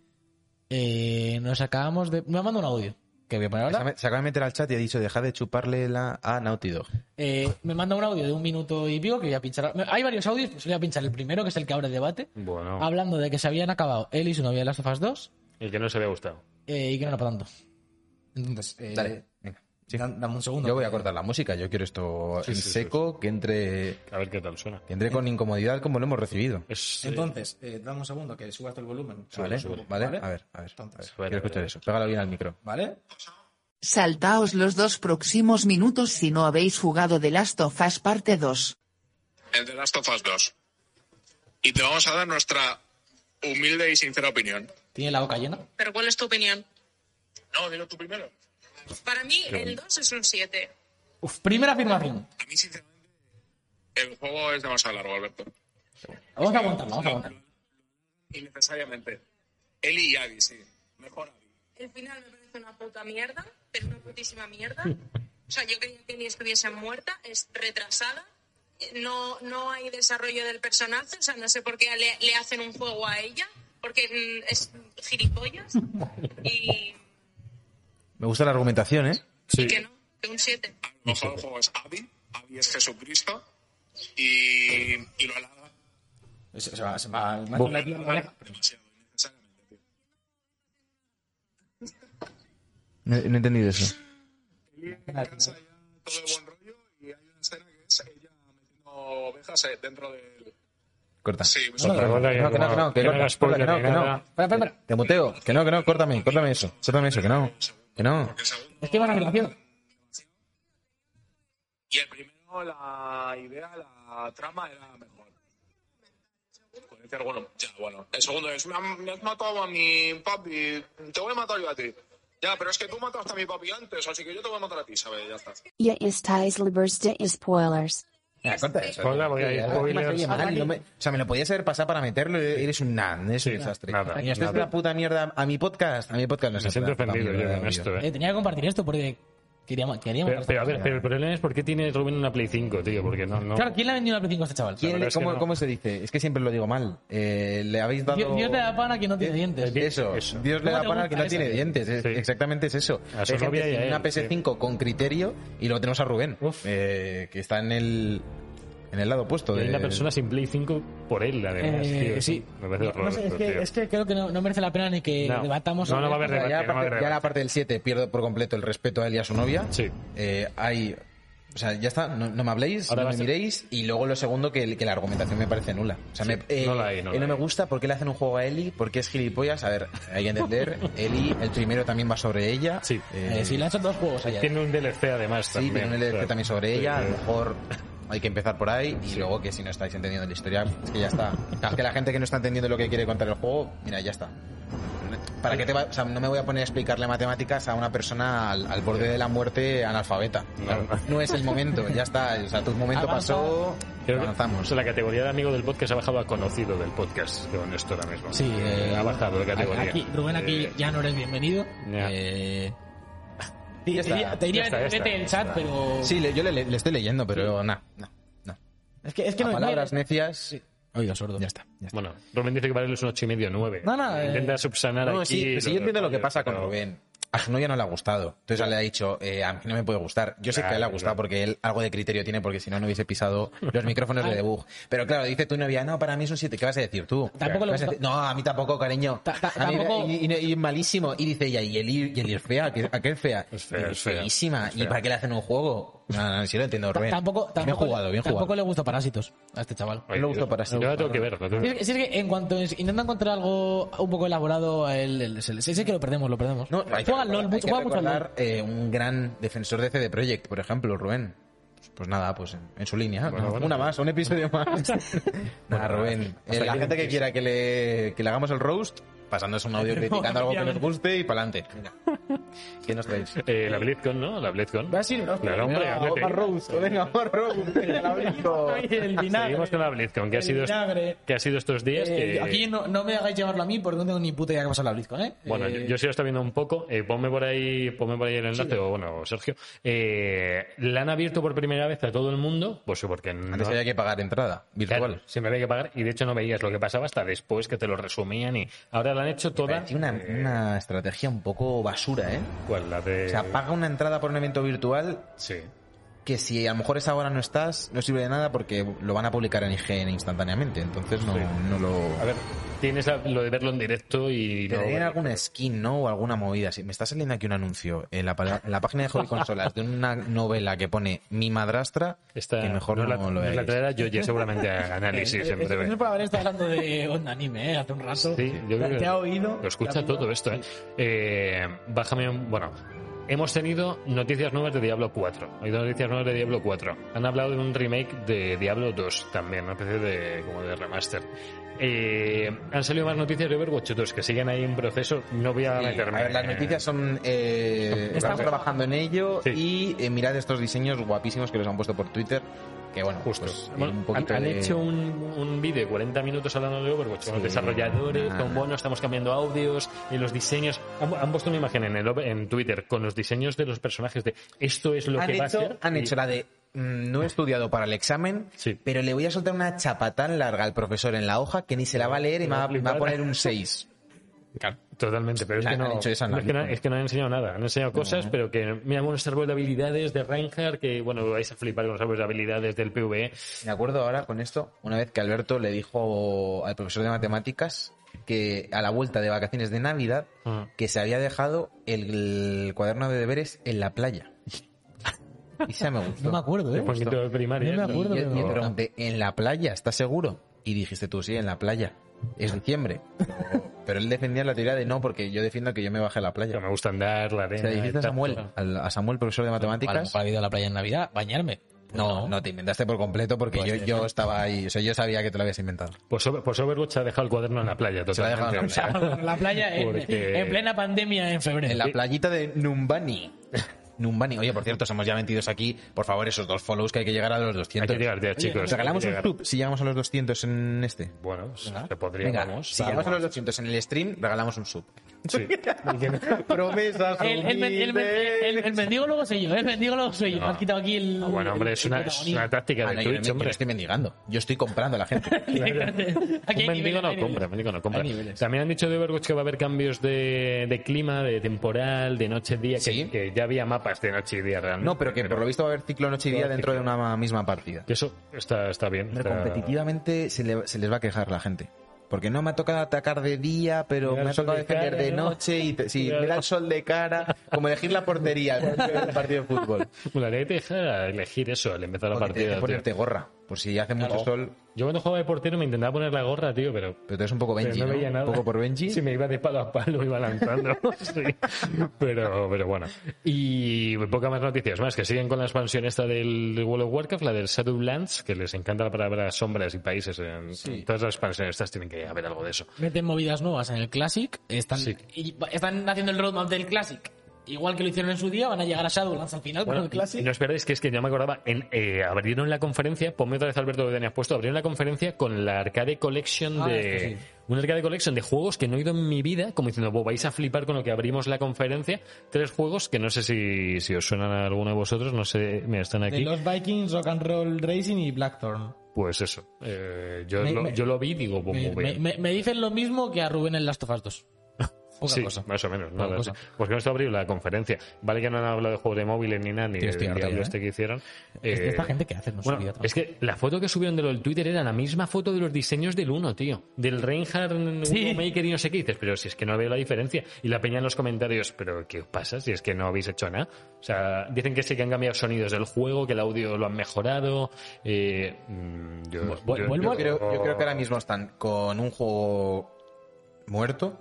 eh, nos acabamos de... Me manda un audio que voy a poner ahora.
Se acaba de meter al chat y ha dicho, deja de chuparle la a Naughty Dog.
Eh, me manda un audio de un minuto y pico que voy a pinchar. ahora. Hay varios audios, pues voy a pinchar el primero, que es el que abre el debate.
Bueno,
Hablando de que se habían acabado él y su novia de Last of Us 2
el que no se había gustado.
eh, y que no era para tanto.
Entonces, eh,
Dale, venga. Sí.
da- dame un segundo.
Yo voy a cortar la música, yo quiero esto
Sí,
en
sí, sí, Eh.
seco, que entre
A ver qué tal suena.
que entre con incomodidad como lo hemos recibido.
Es, eh,
Entonces, eh, dame un segundo que subas todo el volumen.
¿Vale?
Sube,
¿Vale? A ver, a ver.
Entonces,
a ver,
a ver,
Quiero
a ver, a
escuchar
ver.
eso. Pégalo bien al micro.
¿Vale?
Saltaos los dos próximos minutos si no habéis jugado The Last of Us parte 2.
el de Last of Us 2. Y te vamos a dar nuestra humilde y sincera opinión.
Tiene la boca llena.
Pero ¿cuál es tu opinión?
No, dilo tú primero.
Para mí el 2 es un 7.
Uf, primera afirmación.
A mí, sinceramente, el juego es demasiado largo, Alberto.
Vamos a aguantar, vamos a aguantar.
Innecesariamente. Eli y Abby, sí. Mejor Abby.
El final me parece una puta mierda, pero una putísima mierda. O sea, yo creía que ni estuviese muerta, es retrasada. No, no hay desarrollo del personaje, o sea, no sé por qué le, le hacen un juego a ella, porque mm, es gilipollas. Y,
Me gusta la argumentación, ¿eh?
sí.
y que no, que un 7.
A lo mejor el juego es Abby. Abby es Jesucristo. Y, y lo halaga
Se, se va, se va. el-
demasiado. Innecesariamente, tío.
No, no he entendido eso.
Casa ya todo el buen rollo y hay una escena que es ella metiendo ovejas eh, dentro del...
Corta.
Sí,
No, no, no,
No, que no, que no,
no
que no,
haga
que no, que
spoiler
no,
ni
que no.
nada.
Espera, espera, espera.
Te muteo. Que no, que no, córtame, córtame eso. Córtame eso, que no. Que no.
porque según-
Es que hay una afirmación.
Y el primero, la idea, la trama era mejor. Con este argumento, ya, bueno. El segundo es, me han- me has matado a mi papi, te voy a matar yo a ti. Ya, pero es que tú mataste a mi papi antes, así que yo te voy a matar a ti, ¿sabes? Ya está.
Ya estáis libres de spoilers.
Ya, corta eso.
Hola, voy a ir.
Además, me oye
Spoilers.
mal, no me- o sea, me lo podías haber pasado para meterlo. y Eres un nan, eres un
Sí,
desastre.
nada,
Y esto es
nada.
una puta mierda. A mi podcast, a mi podcast no
Me
se
siento ofendido yo en esto, eh.
Eh, tenía que compartir esto porque queríamos... queríamos
Pero, pero, a ver, pero el problema es por qué tiene Rubén una Play 5, tío, porque no, no.
Claro, ¿quién le ha vendido una Play 5 a este chaval?
¿Quién
La
le-
verdad es que
cómo,
no.
cómo se dice? Es que siempre lo digo mal. Eh, le habéis dado. Eh,
Dios, Dios le da pan a quien no tiene dientes.
eh,
Eso,
Eso.
Dios le
¿Cómo
da
te
pan al que no
gusta
tiene
eso?
dientes. es-
Sí.
Exactamente es eso.
A su
Hay gente
novia y
que
a
tiene
él,
una PS5 con criterio y luego tenemos a Rubén,
Uf.
eh, que está en el, en el lado opuesto.
Y hay
de-
una persona sin Play 5 por él, además,
Eh,
tío.
sí.
Me parece
No, no sé, es,
horroroso,
que,
tío.
es que creo que no, no merece la pena ni que
No.
debatamos.
No,
sobre
no va a haber
esto.
Ya,
debate,
la
no va a haber
parte, ya la
debate.
parte del 7 pierdo por completo el respeto a él y a su novia.
Sí.
Eh, hay. O sea, ya está, no, no me habléis,
Ahora
no
va
me
a ser-
miréis. Y luego lo segundo, que, el- que la argumentación me parece nula. O sea, me, eh,
no la hay, no
eh,
la
me
hay.
gusta, ¿por qué le hacen un juego a Eli? ¿Por qué es gilipollas? A ver, hay que entender. Eli, el primero también va sobre ella.
Sí.
Eh,
Eh, sí, le han hecho dos juegos allá.
Tiene un DLC además
Sí,
también.
tiene un LDC
claro.
también sobre ella. A
Sí,
lo
sí.
mejor hay que empezar por ahí. Y luego que si no estáis entendiendo la historia, es que ya está. Es que la gente que no está entendiendo lo que quiere contar el juego, mira, ya está. ¿Para qué te va? O sea, no me voy a poner a explicarle matemáticas a una persona al, al borde de la muerte analfabeta. Claro, No, es el momento, ya está. O sea, tu momento
Avanza.
pasó,
Creo que
avanzamos.
la categoría de amigo del podcast ha bajado a conocido del podcast, con esto ahora mismo.
Sí, eh,
ha bajado de categoría.
Aquí, Rubén, aquí
Eh,
ya no eres bienvenido.
ya.
Eh,
Ya
te
está,
diría, te diría
ya está, ya
vete
está,
del
ya
chat,
está.
pero.
Sí, le- yo le, le estoy leyendo, pero nada. No, no.
Es que, es que
A
no
palabras
no,
necias.
Oiga, sordo.
Ya está. ya está.
Bueno, Rubén dice que para él es un 8 y medio, 9.
No, no, eh.
Intenta subsanar
No,
aquí.
sí, sí,
los
yo entiendo lo que
detalles,
pasa con
pero-
Rubén. A su novia no le ha gustado. Entonces le ha dicho, eh, a mí no me puede gustar. Yo sé que a él le ha
Claro,
gustado
claro.
porque él algo de criterio tiene, porque si no, no hubiese pisado los micrófonos de debug. Pero claro, dice tu novia, no, para mí es un 7. ¿Qué vas a decir tú?
Tampoco le
¿Vas a
gusta-
decir, No, a mí tampoco, cariño.
Ta- ta-
A mí-
tampoco-
y, y- y malísimo. Y dice ella, ¿y el, y el es fea? ¿A qué- ¿A qué es fea?
Es fea,
Y
es fea.
feísima.
Es
¿Y
fea.
para qué le hacen un juego? No, no, sí lo entiendo,
Ta-
Rubén.
Tampoco,
bien
tampoco,
jugado, bien
tampoco
jugado.
le gusta Parásitos a este chaval.
Ay,
lo uso
Dios.
para
Yo la tengo que ver. la tengo
Si
que
es,
ver.
que- si es que en cuanto es- intenta encontrar algo un poco elaborado, el, el, el- si es que lo perdemos, lo perdemos.
No, hay que
juega al LOL,
recordar- hay
mucho,
que
juega mucho al LOL.
recordar, eh, un gran defensor de CD Projekt, por ejemplo, Rubén. Pues, pues nada, pues en, en su línea.
Bueno,
¿no?
bueno.
Una más, un episodio más. nada, Rubén. eh, la gente que quiera que le, que le hagamos el roast,
pasándose un audio criticando algo que nos guste y para adelante. ¿Qué nos traéis?
Eh, la BlizzCon, ¿no? La BlizzCon.
Va a ir, ¿no?
Claro, hombre,
No,
hombre.
a Rose,
Venga, morro, venga, la abrimos.
Ay, el vinagre.
Seguimos con la BlizzCon, que ha
El
sido,
vinagre.
que ha sido estos días.
Eh,
que-
Aquí no, no me hagáis llevarlo a mí porque no tengo ni puta idea que ha pasado la BlizzCon, ¿eh?
Bueno,
Eh,
yo, yo sí lo estoy viendo un poco. Eh, ponme por ahí, ponme por ahí el enlace, o bueno, Sergio. Eh, la han abierto por primera vez a todo el mundo, pues sí, porque no,
Antes había que pagar entrada
claro,
virtual.
siempre había que pagar y de hecho no veías lo que pasaba hasta después que te lo resumían y ahora la han hecho toda.
Parecía una,
eh,
una estrategia un poco basura, ¿eh?
¿Cuál? La de.
O sea, paga una entrada por un evento virtual
Sí.
que si a lo mejor esa hora no estás, no sirve de nada porque lo van a publicar en IGN instantáneamente. Entonces no,
Sí.
no lo...
A ver, tienes la- lo de verlo en directo y.
Pero
no-
tienen alguna skin, ¿no? O alguna movida así. Me está saliendo aquí un anuncio en la, pala- en la página de Hobby Consolas de una novela que pone Mi madrastra,
Esta
que mejor no,
la,
lo
es la
veáis.
traerá Yoye, seguramente a
Eh,
análisis en breve.
No puede haber estado hablando de onda anime, ¿eh? Hace un rato.
Sí, yo creo
Te-
que
Te ha oído.
Lo
te
escucha
ha pillado.
todo esto, ¿eh? Eh, Bájame un... Bueno, hemos tenido noticias nuevas de Diablo 4. Hay noticias nuevas de Diablo 4. Han hablado de un remake de Diablo 2 también, una especie de, como de remaster. Eh, han salido más noticias de Overwatch 2 que siguen ahí en proceso. No voy a
Sí,
meterme.
a ver, las noticias son... Eh,
Está
están
guapa.
trabajando en ello
Sí.
y eh, mirad estos diseños guapísimos que les han puesto por Twitter. Que bueno,
Justo.
pues,
Bueno,
un poquito
han, han
de-
hecho un, un vídeo de 40 minutos hablando de Overwatch con los
Sí, Ah.
desarrolladores,
nada.
con bueno, estamos cambiando audios, y los diseños. Han, han puesto una imagen en, el, over- en Twitter con los diseños de los personajes de esto es lo
han
que va a
hecho,
ser.
han
y-
hecho la de mm, no he estudiado para el examen,
Sí.
pero le voy a soltar una chapa tan larga al profesor en la hoja que ni se la va a leer y me va, me va a poner un 6.
Totalmente, pero es
Han-
que no.
han hecho esa, ¿eh?
no,
¿no?
es, que no es que no han enseñado nada. Han enseñado cosas, pero que. Mira, unos árboles de habilidades de Reinhardt, que bueno, vais a flipar con los árboles de habilidades del E. PvE.
Me acuerdo ahora con esto, una vez que Alberto le dijo al profesor de matemáticas que a la vuelta de vacaciones de Navidad
Ah.
que se había dejado el, cuaderno de deberes en la playa. Y se me gustó.
No me acuerdo, ¿eh?
Un poquito de primaria.
No me acuerdo.
Y yo-
que me
yo te
lo-
pregunté, ¿en la playa? ¿Estás seguro? Y dijiste tú, sí, en la playa. Es diciembre. Pero él defendía la teoría de no, porque yo defiendo que yo me baje a la playa.
Pero me gusta andar, la
O
arena.
sea, dijiste a
el tacto.
Samuel, al- a Samuel, profesor de
A lo
matemáticas.
mejor ha ido a la playa en Navidad, bañarme.
No, no te inventaste por completo porque
Pues
yo, yo estaba ahí. O sea, yo sabía que te lo habías inventado.
Pues, Over- pues Overwatch ha dejado el cuaderno en la playa,
Se lo ha dejado en la
totalmente.
playa.
la playa en,
Porque-
en plena pandemia en febrero.
En la playita de Numbani. Numbani. Oye, por cierto, somos ya 22 aquí. Por favor, esos dos follows que hay que llegar a los
Hay
200.
que llegar ya, chicos.
Os regalamos
Hay que
un
llegar.
sub si llegamos a los 200 en este.
Bueno, pues se podría,
Venga,
vamos.
si llegamos a los 200 en el stream, regalamos un sub.
Sí.
Promesas.
El, el, men- el men- el- el mendigo luego soy yo, el mendigo luego soy yo. Me has quitado aquí el.
Ah, bueno, hombre,
el-
es
el
una, es
protagonismo.
una táctica
Ah,
de
no, yo, no,
Twitch,
yo no
hombre.
estoy mendigando. Yo estoy comprando a la gente.
Aquí
Un
hay
mendigo
niveles,
no
hay
compra,
niveles.
mendigo no compra.
Hay niveles.
También han dicho de Overwatch que va a haber cambios de, de clima, de temporal, de noche, día, que-
Sí.
que, ya había mapas de noche y día realmente.
No, pero que por lo visto va a haber ciclo noche y día dentro de una misma partida.
Que eso está, está bien.
Hombre,
está-
competitivamente se, le- se les va a quejar la gente. Porque no me ha tocado atacar de día, pero
Me da
me
el
ha
sol
tocado
de
defender
cara,
de
¿no?
noche y te- sí,
Claro.
me da el sol de cara, como elegir la portería del partido de fútbol.
Me gustaría que te dejara elegir eso al empezar la
Porque te
partida.
dejes
tío.
ponerte gorra, por si hace mucho
Claro.
sol,
Yo cuando jugaba de portero me intentaba poner la gorra, tío, pero.
pero tú eres un poco
pero
Benji,
no
¿no?
veía nada.
Un poco por Benji.
Sí, me iba de palo a palo, iba lanzando. Sí. Pero, pero bueno. Y poca más noticias más, que siguen con la expansión esta del World of Warcraft, la del Shadowlands, que les encanta la palabra sombras y países. En, en todas las expansiones estas tienen que haber algo de eso.
Meten movidas nuevas en el Classic. Están,
Sí.
y va- están haciendo el roadmap del Classic. Igual que lo hicieron en su día, van a llegar a Shadowlands al final
Bueno,
con el Classic.
y no os perdáis que es que yo me acordaba, en, eh, abrieron la conferencia, ponme otra vez Alberto que tenías puesto, abrieron la conferencia con la Arcade Collection
Ah,
de...
es que sí.
Una arcade collection de juegos que no he ido en mi vida, como diciendo, "Bo, vais a flipar con lo que abrimos la conferencia. Tres juegos que no sé si, si os suenan a alguno de vosotros, no sé, mira, están
De
aquí.
los Vikings, Rock and Roll Racing y Blackthorn.
Pues eso, eh, yo,
Me-
lo,
me-
yo lo vi y digo, "Bo,
me,
Oh, muy bien".
me- me dicen lo mismo que a Rubén en Last of Us 2. Poca
sí,
cosa.
más o menos.
Poca
nada,
cosa.
sí. Pues con esto abrió la conferencia. Vale que no han hablado de juegos de móviles ni nada, ni
Tienes
del
que hartar
diablo
ya, ¿eh?
este que hicieron.
Es de
Eh,
esta gente que hace, no se
Bueno,
olvida tanto.
es que la foto que subieron de lo del Twitter era la misma foto de los diseños del uno, tío. Del Reinhardt
Sí.
Widowmaker Maker y no sé qué dices, pero si es que no veo la diferencia. Y la peña en los comentarios, pero ¿qué os pasa si es que no habéis hecho nada? O sea, dicen que sí que han cambiado sonidos del juego, que el audio lo han mejorado. Eh, mm, yo,
Vuelvo
Yo
al-
creo, yo creo que ahora mismo están con un juego muerto,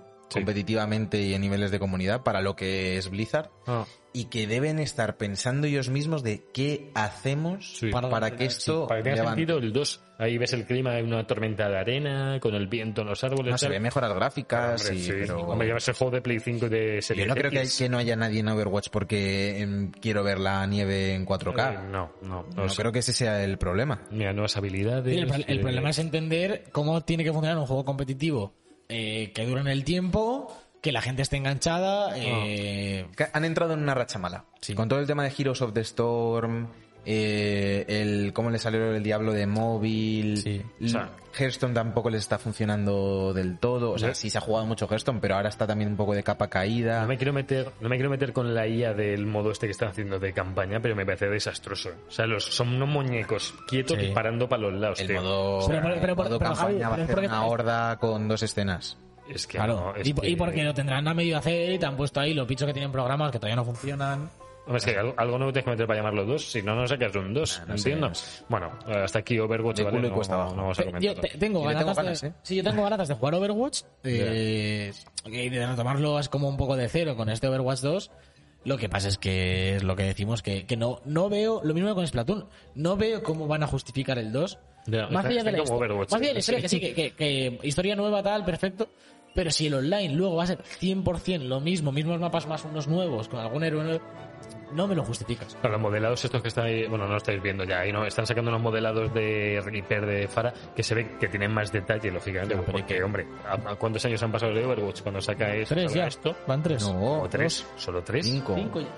competitivamente y en niveles de comunidad para lo que es Blizzard
Ah,
y que deben estar pensando ellos mismos de qué hacemos
Sí.
para, que esto
para que tenga
levante.
sentido, el 2. Ahí ves el clima, hay una tormenta de arena, con el viento en los árboles.
No, se
tal.
ve mejoras gráficas
Hombre,
y
sí.
pero-
Hombre, llevas el juego de Play 5 de serie
yo no creo que,
X.
que no haya nadie en Overwatch porque em, quiero ver la nieve en 4K.
Eh, No, no.
No creo que ese sea el problema.
Mira, nuevas habilidades.
Sí, el, pro- el
eh,
problema es entender cómo tiene que funcionar un juego competitivo eh, que dure en el tiempo, que la gente esté enganchada. eh,
Que Han entrado en una racha mala. Con todo el tema de Heroes of the Storm, eh, el cómo le salió el diablo de móvil,
Sí.
l-
O sea-
Hearthstone tampoco les está funcionando del todo. O sea,
Yo-
sí se ha jugado mucho Hearthstone, pero ahora está también un poco de capa caída.
No me quiero meter, no me quiero meter con la IA del modo este que están haciendo de campaña, pero me parece desastroso. O sea, los, son unos muñecos quietos
Sí.
disparando para los lados.
El
tío.
modo,
Pero- pero- pero-
el modo
pero, Javi,
campaña va
pero
a
es
ser
porque-
una horda con dos escenas.
Es que
claro.
no, es
y, po-
que-
y porque lo tendrán a medio hacer y te han puesto ahí los bichos que tienen programas que todavía no funcionan.
Hombre, es que algo, algo nuevo tienes que meter para llamarlo dos, si no, no sacas un dos,
Ah, no
¿entiendes? Bueno, hasta aquí Overwatch,
De
¿vale?
culo y
no,
cuesta abajo.
no vamos a
Pe- Eh, Yo
comentarlo.
te- tengo
Yo le
ganas,
tengo
de,
ganas, ¿eh?
sí, yo tengo ganas de jugar Overwatch eh, y de retomarlo es como un poco de cero con este Overwatch 2. Lo que pasa es que es lo que decimos que, que no, no veo, lo mismo que con Splatoon, no veo cómo van a justificar el 2.
Ya,
más
está-
allá de
está
la,
como
histo-
Overwatch,
más allá de la
sí.
historia, que sí, que, que- que historia nueva tal, perfecto. Pero si el online luego va a ser 100% lo mismo, mismos mapas más unos nuevos, con algún héroe nuevo, no me lo justificas.
Claro, los modelados estos que estáis, bueno, no lo estáis viendo ya, y no, están sacando unos modelados de Reaper de Fara que se ve que tienen más detalle, lógicamente,
Ya, pero
porque, hombre, ¿a, a cuántos años han pasado de Overwatch cuando saca esto?
Tres ya.
esto?
Van tres.
No,
¿O tres? ¿Solo tres?
cinco.
Cinco ya.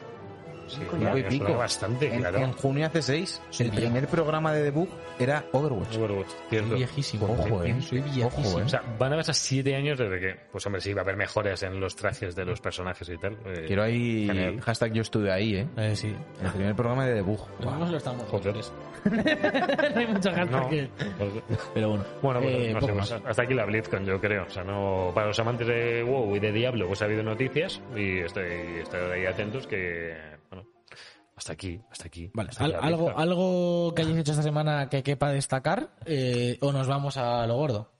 Sí,
Cinco
ya,
y
eso
pico.
era bastante,
En,
claro.
en junio hace seis, el primer programa de debug era Overwatch.
Overwatch, cierto.
Viejísimo.
Ojo, eh.
Soy
Ojo, eh.
O sea, van a pasar siete años desde que, pues hombre, sí, va a haber mejoras en los trajes de los personajes y tal. eh,
Quiero ahí.
Genial.
Hashtag yo estuve ahí, eh.
Eh, sí.
El primer programa de debug.
No lo Pues estamos
Joder.
los tres. no hay mucha gente
no.
que... Pero bueno.
Bueno, pues,
Eh,
no sé,
poco
pues,
más.
hasta aquí la BlizzCon, yo creo. O sea, no, para los amantes de WoW y de Diablo, pues ha habido noticias y estoy, estoy ahí atentos que, bueno, hasta aquí, hasta aquí.
Vale,
hasta
al-
la
algo,
BlizzCon.
algo que hayáis hecho esta semana que quepa destacar eh, o nos vamos a lo gordo.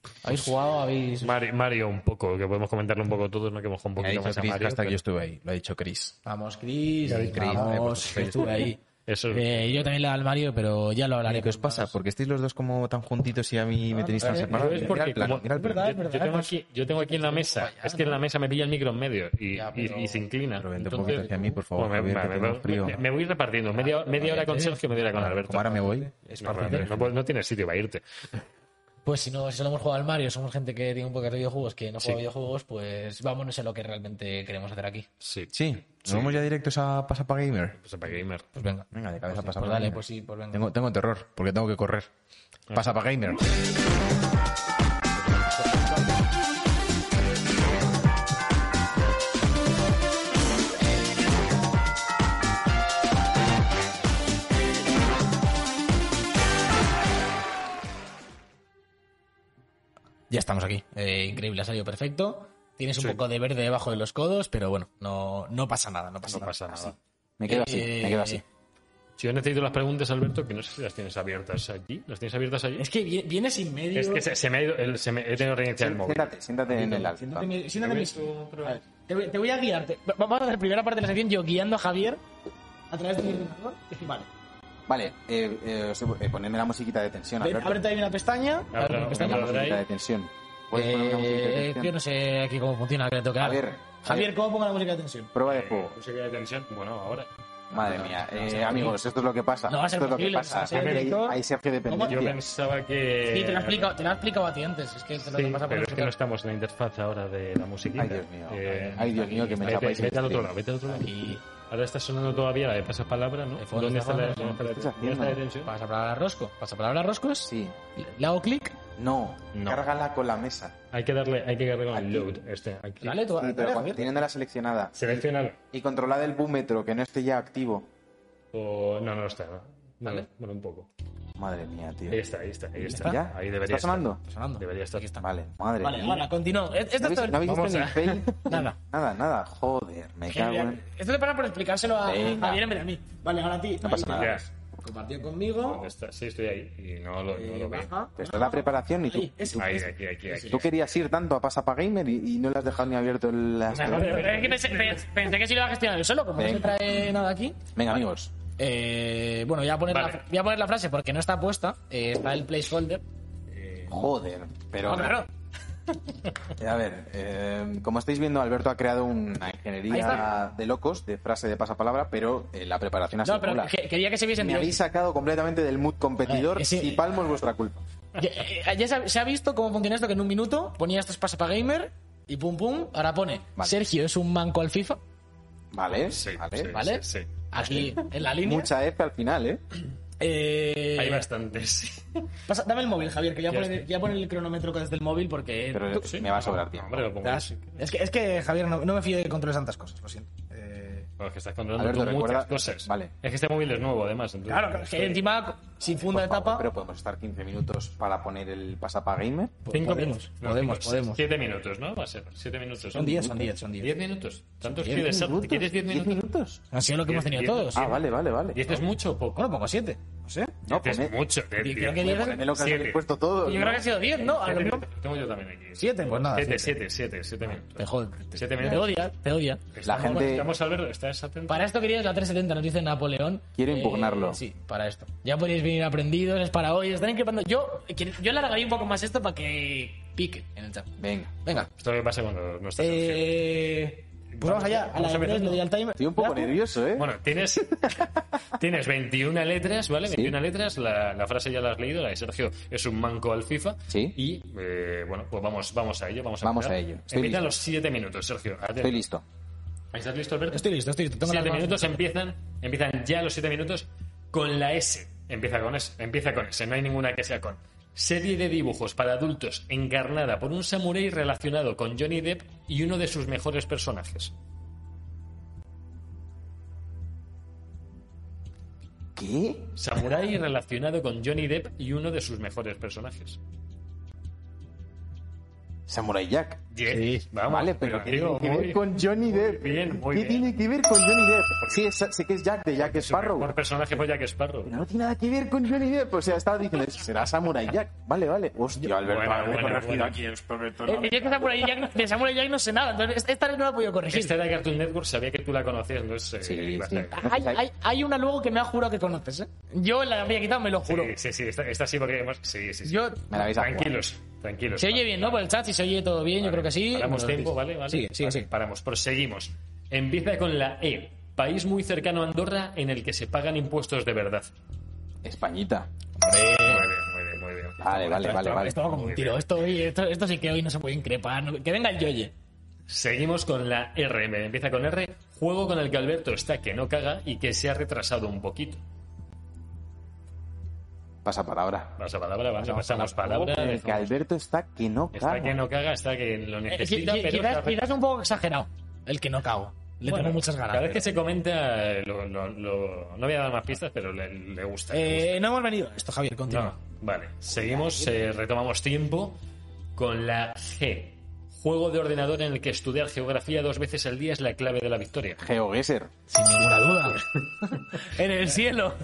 Pues-
¿Habéis jugado? ¿Habéis...?
Mari- Mario, un poco, que podemos comentarlo un poco todos, ¿no? Que hemos un
Ha
poquito
dicho
más a
Chris,
Mario.
hashtag yo
pero-
estuve ahí. Lo ha dicho Chris.
Vamos, Chris.
Ya, Chris, eh, por
vamos,
supuesto, yo
estuve ahí.
pues, Eso es-
Eh, yo también le he dado al Mario, pero ya lo hablaré.
¿Qué os pasa? Porque estáis los dos como tan juntitos y a mí me tenéis tan
Yo
separados.
eh, es
Mira
porque
el plano,
como-
mira el plano.
yo- yo, tengo aquí, yo tengo aquí en la mesa, es que en la mesa me pilla el micro en medio y, y- y se inclina.
Pero vente un
Entonces-
poquito hacia mí, por favor,
Bueno, me,
Javier, que
me-
tengo
me-
frío.
me- me voy repartiendo, media, media hora con Sergio, media hora con Alberto. eh,
Como ahora me voy.
No, no, no puedes- no tienes sitio para irte.
Pues si no, si solo hemos jugado al Mario, somos gente que tiene un poco de videojuegos, que no
Sí.
juega a videojuegos, pues vámonos a lo que realmente queremos hacer aquí.
Sí.
Sí. Nos vamos ya directos a Pasapa Gamer.
Pues para gamer.
Pues venga.
Venga, de cabeza
Pues
Pasapa
dale,
Gamer.
pues sí, pues venga.
Tengo, tengo terror, porque tengo que correr. Pasapa Gamer.
Ya estamos aquí. Eh, increíble, ha salido perfecto. Tienes un
Sí.
poco de verde debajo de los codos, pero bueno, no, no pasa nada, no pasa
No
nada.
pasa nada.
Me quedo así,
Eh,
me quedo así.
Si yo necesito las preguntas, Alberto, que no sé si las tienes abiertas allí. ¿Las tienes abiertas allí?
Es que vi- viene sin medio.
Es que se, se me ha ido. el- se me- he tenido que reiniciar el móvil.
Siéntate, siéntate en el alfa.
Siéntate, mi- siéntate, mi- A ver, te, voy, te voy a guiar. te- va- Vamos a hacer primera parte de la sección yo guiando a Javier a través de mi ordenador. Vale.
Vale, eh, eh, os- eh, ponedme la musiquita de tensión,
Ven,
Alberto.
ábrete ahí una pestaña.
Ahora,
Abre una
ahora,
pestaña.
La musiquita
ahí.
de tensión. ¿Puedes poner una música de
Eh,
tensión?
yo no sé aquí cómo funciona, que le toca.
A ver,
Javier, ¿cómo pongo la música de tensión?
Prueba de juego.
Música de tensión. Bueno, ahora.
Madre mía, eh, amigos, esto es lo que pasa.
No va a ser
esto es lo que
posible,
pasa.
o sea,
Ahí-
esto-
ahí se hace
Yo
dependencia.
pensaba que.
Sí, te lo, he explicado- te lo he explicado a ti antes. Es que te lo
Eh, Sí,
que pasa por
pero es que no
nosotros.
estamos en la interfaz ahora de la musiquita.
Ay, Dios mío.
Eh,
Ay, Dios mío, que me
vete,
tapáis el
vete al otro
stream.
lado, vete al otro lado.
Aquí
Ahora está sonando todavía la de pasapalabra, ¿no?
De fondo
¿Dónde
está
está la,
sonando.
dónde está la-
¿Qué estás
dónde está la
haciendo?
tensión?
pasa palabra a Rosco. Pasa palabra a Rosco. es-
Sí.
Le hago clic.
No,
No.
cárgala con la mesa.
Hay que darle, hay que darle con el
Aquí.
load. Este, aquí.
Dale, tú.
Sí,
dale,
pero cuando-
Javier.
teniéndola seleccionada.
Seleccionalo.
Y controlad el búmetro, que no esté ya activo.
O... No, no está. No. Dale. Bueno, un poco.
Madre mía, tío.
Ahí está, ahí está, ahí está.
¿Ya?
Ahí
¿Está
debería estar.
sonando?
Está sonando.
Debería estar.
Aquí está.
Vale, madre
Vale,
mía.
ahora, continuamos. Esto
¿No
es todo
habéis,
el-
no habéis
Vamos
visto
a-
ni el fail?
Nada.
Nada, nada. Joder, me cago en...
Esto te pasa por explicárselo a a
Venga.
Javier en vez de a mí. Vale, ahora a ti.
No pasa nada.
Ya.
compartió conmigo.
¿Dónde está? Sí, estoy ahí. Y no lo, no
eh,
lo veo.
baja.
Esto es la preparación y tú,
Ahí, ese,
Ahí,
ese.
aquí, aquí, aquí.
tú querías ir tanto a Pasapa Gamer y, y no le has dejado ni abierto el... las-
Pero es que pensé, pe- pensé que si lo iba a gestionar yo solo, como no se trae nada aquí.
Venga, amigos.
Eh, bueno, voy a, poner
Vale.
la, voy a poner la frase porque no está puesta. eh, está el placeholder.
Joder, pero...
Ah, claro.
Eh, A ver, eh, como estáis viendo, Alberto ha creado una
Ahí
ingeniería
está.
de locos, de frase de pasapalabra, pero eh, la preparación ha sido
No, pero
nula.
que- quería que se viesen
Me habéis sacado completamente del mood competidor
Eh, sí.
y palmo es vuestra culpa.
Ya, eh, ya se, ha, se ha visto cómo funciona esto, que en un minuto ponía estos pasos para gamer y pum pum. Ahora pone,
Vale.
Sergio es un manco al FIFA,
¿Vale?
Sí,
¿Vale?
sí,
¿vale?
sí, sí.
Aquí en la línea.
Mucha F al final, ¿eh?
Eh,
Hay bastantes.
pasa- dame el móvil, Javier, que ya
Ya
pone
está.
el cronómetro desde el móvil porque...
Pero
tú-
me va a sobrar tiempo.
Hombre, lo pongo.
Das- Es que, es que Javier, no, no me fío de que controles tantas cosas, lo siento. Eh,
Bueno, es que estás controlando
Alberto,
tú
recuerda-
muchas cosas.
Vale.
Es que este móvil es nuevo, además. entonces-
Claro, que encima sin funda de
Por favor,
tapa...
pero podemos estar 15 minutos para poner el pasapa gamer.
Pues,
Cinco
Podemos,
minutos.
podemos,
cinco,
podemos.
Siete minutos, ¿no? Va a ser. Siete minutos.
son 10, son 10, son 10.
¿Diez minutos? ¿Tantos quieres? Santi? ¿Quieres diez minutos?
Ha sido lo que hemos
Diez-
tenido
diez-
todos.
Ah, vale, vale, vale.
¿Diez es mucho o poco?
Bueno, pongo 7, no sé.
No,
Diez es
poned,
mucho. diez,
Y creo que
diez.
diez-
ponedme lo que
Siete.
habéis puesto todo.
Yo creo que ha sido 10, ¿no? A lo
Siete
mejor-
minutos. Tengo yo también aquí.
Siete, pues nada,
Siete, siete,
siete.
siete, siete minutos.
Te jode.
Siete
Te
minutos.
odia, te odia.
La gente
Estamos, Alberto, ¿estás atento?
Para esto querías la 370, nos dice Napoleón. eh,
Quiero impugnarlo.
Sí, para esto. Ya podéis venir aprendidos, es para hoy. Están increpando. Yo, yo le regalé un poco más esto para que pique en el chat.
Venga.
Venga.
Esto me pasa cuando no estás... Sergio.
Eh, pues vamos allá, a la
Vamos a
de tres
empezar.
le doy al timer.
Estoy un poco
Ya,
nervioso, ¿eh?
Bueno, tienes, tienes 21 letras, ¿vale? 21 letras, la, la frase ya la has leído, la de Sergio es un manco al FIFA.
Sí.
Y, eh, bueno, pues vamos, vamos a ello, vamos a
Vamos
empezar.
a ello. Estoy
Empieza a
listo.
los 7 minutos, Sergio. Atento.
Estoy listo.
¿Estás listo, Alberto?
Estoy listo, estoy listo. Tengo las
7
manos.
minutos empiezan, empiezan ya los 7 minutos con la S. Empieza con S, empieza con S, no hay ninguna que sea con. Serie de dibujos para adultos encarnada por un samurái relacionado con Johnny Depp y uno de sus mejores personajes.
¿Qué?
Samurái relacionado con Johnny Depp y uno de sus mejores personajes.
Samurai Jack.
Yes, vamos.
vale, pero ¿qué
digo,
tiene que ver
muy-
con Johnny
muy
Depp?
bien, muy
¿Qué
bien.
tiene que ver con Johnny Depp? Sí, es- sé que es Jack de Jack
Su
Sparrow.
mejor personaje fue Jack Sparrow.
Pero no tiene nada que ver con Johnny Depp. O sea, estaba diciendo, será Samurai Jack. Vale, vale. Hostia, Alberto,
Bueno,
me he
bueno,
corregido
bueno.
aquí, os prometo,
Eh,
no.
yo que Samurai Jack- de Samurai Jack no sé nada, entonces esta- esta no la he podido corregir.
Este-
Esta de Cartoon Network sabía que tú la conocías, entonces.
Sí,
eh, ibas
sí.
a-
Hay, hay- hay una luego que me ha jurado que conoces, ¿eh? Yo la había quitado, me lo juro.
Sí, sí, sí, esta, esta sí porque hemos. Sí, sí, sí.
Yo,
Me la habéis jugado.
Tranquilos, tranquilos.
se oye bien, ¿no? Por el chat, si se oye todo bien, yo creo que sí.
Paramos
Bueno,
tiempo,
sí.
¿vale? ¿Vale?
Sigue, sigue,
Vale,
sigue.
Paramos, proseguimos. Empieza con la E. País muy cercano a Andorra en el que se pagan impuestos de verdad.
Españita.
Muy bien, muy bien, muy bien.
Vale, vale, vale, vale.
Esto va como un tiro. Esto, hoy- esto, esto sí que hoy no se puede increpar. no- Que venga el yoye.
Seguimos con la R. Me Empieza con R. Juego con el que Alberto está que no caga y que se ha retrasado un poquito.
Pasa palabra.
Pasa palabra, vamos, pasamos palabra.
El que
dejamos-
Alberto está que no
Está que
caga.
no caga, está que lo
Eh,
necesita,
qui- qui-
pero...
quizás,
está-
quizás un poco exagerado el que no cago. Le
Bueno,
tengo muchas ganas.
Cada vez que se comenta, eh, lo- lo- lo- no voy a dar más pistas, pero le, le gusta. le gusta.
Eh, no hemos venido. Esto, Javier, continúa.
No, vale. Seguimos, eh, retomamos tiempo con la G. Juego de ordenador en el que estudiar geografía dos veces al día es la clave de la victoria.
GeoGuessr.
Sin ninguna duda. en el cielo.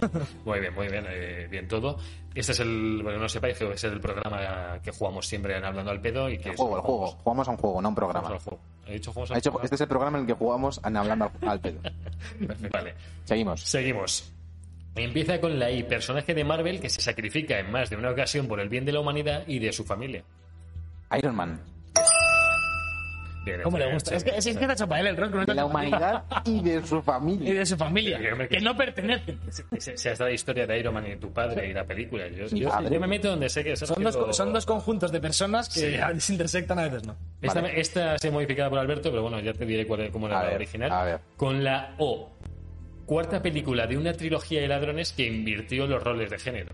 Muy bien, muy bien, eh, bien todo. Este es el, bueno, no lo sepáis, que es el programa que jugamos siempre en Hablando al Pedo y que...
El juego, el juego. Jugamos a un juego, no a un
Jugamos al
programa.
juego. He dicho juegos al
Ha hecho-
juego.
Este es el programa en el que jugamos an- hablando al- al pedo.
Vale.
Seguimos.
Seguimos. Empieza con la I, personaje de Marvel que se sacrifica en más de una ocasión por el bien de la humanidad y de su familia.
Iron Man.
Bien, eh,
¿Cómo le
bien,
gusta?
bien,
Es que, es que está hecho para él el rol. con
De
una
la humanidad y de su
Y
familia.
de su familia.
Sí, hombre, que-
Que no pertenecen.
Se, se ha estado la historia de Iron Man y tu padre y la película. Yo,
Mi
yo-
padre.
yo me meto donde sé que
Son
Sergio-
dos, co- son dos conjuntos de personas que
Sí.
a veces intersectan, a veces no.
Esta,
Vale.
esta se ha modificado por Alberto, pero bueno, ya te diré cuál, cómo era
A
la
ver,
original.
a ver.
Con la O. Cuarta película de una trilogía de ladrones que invirtió los roles de género.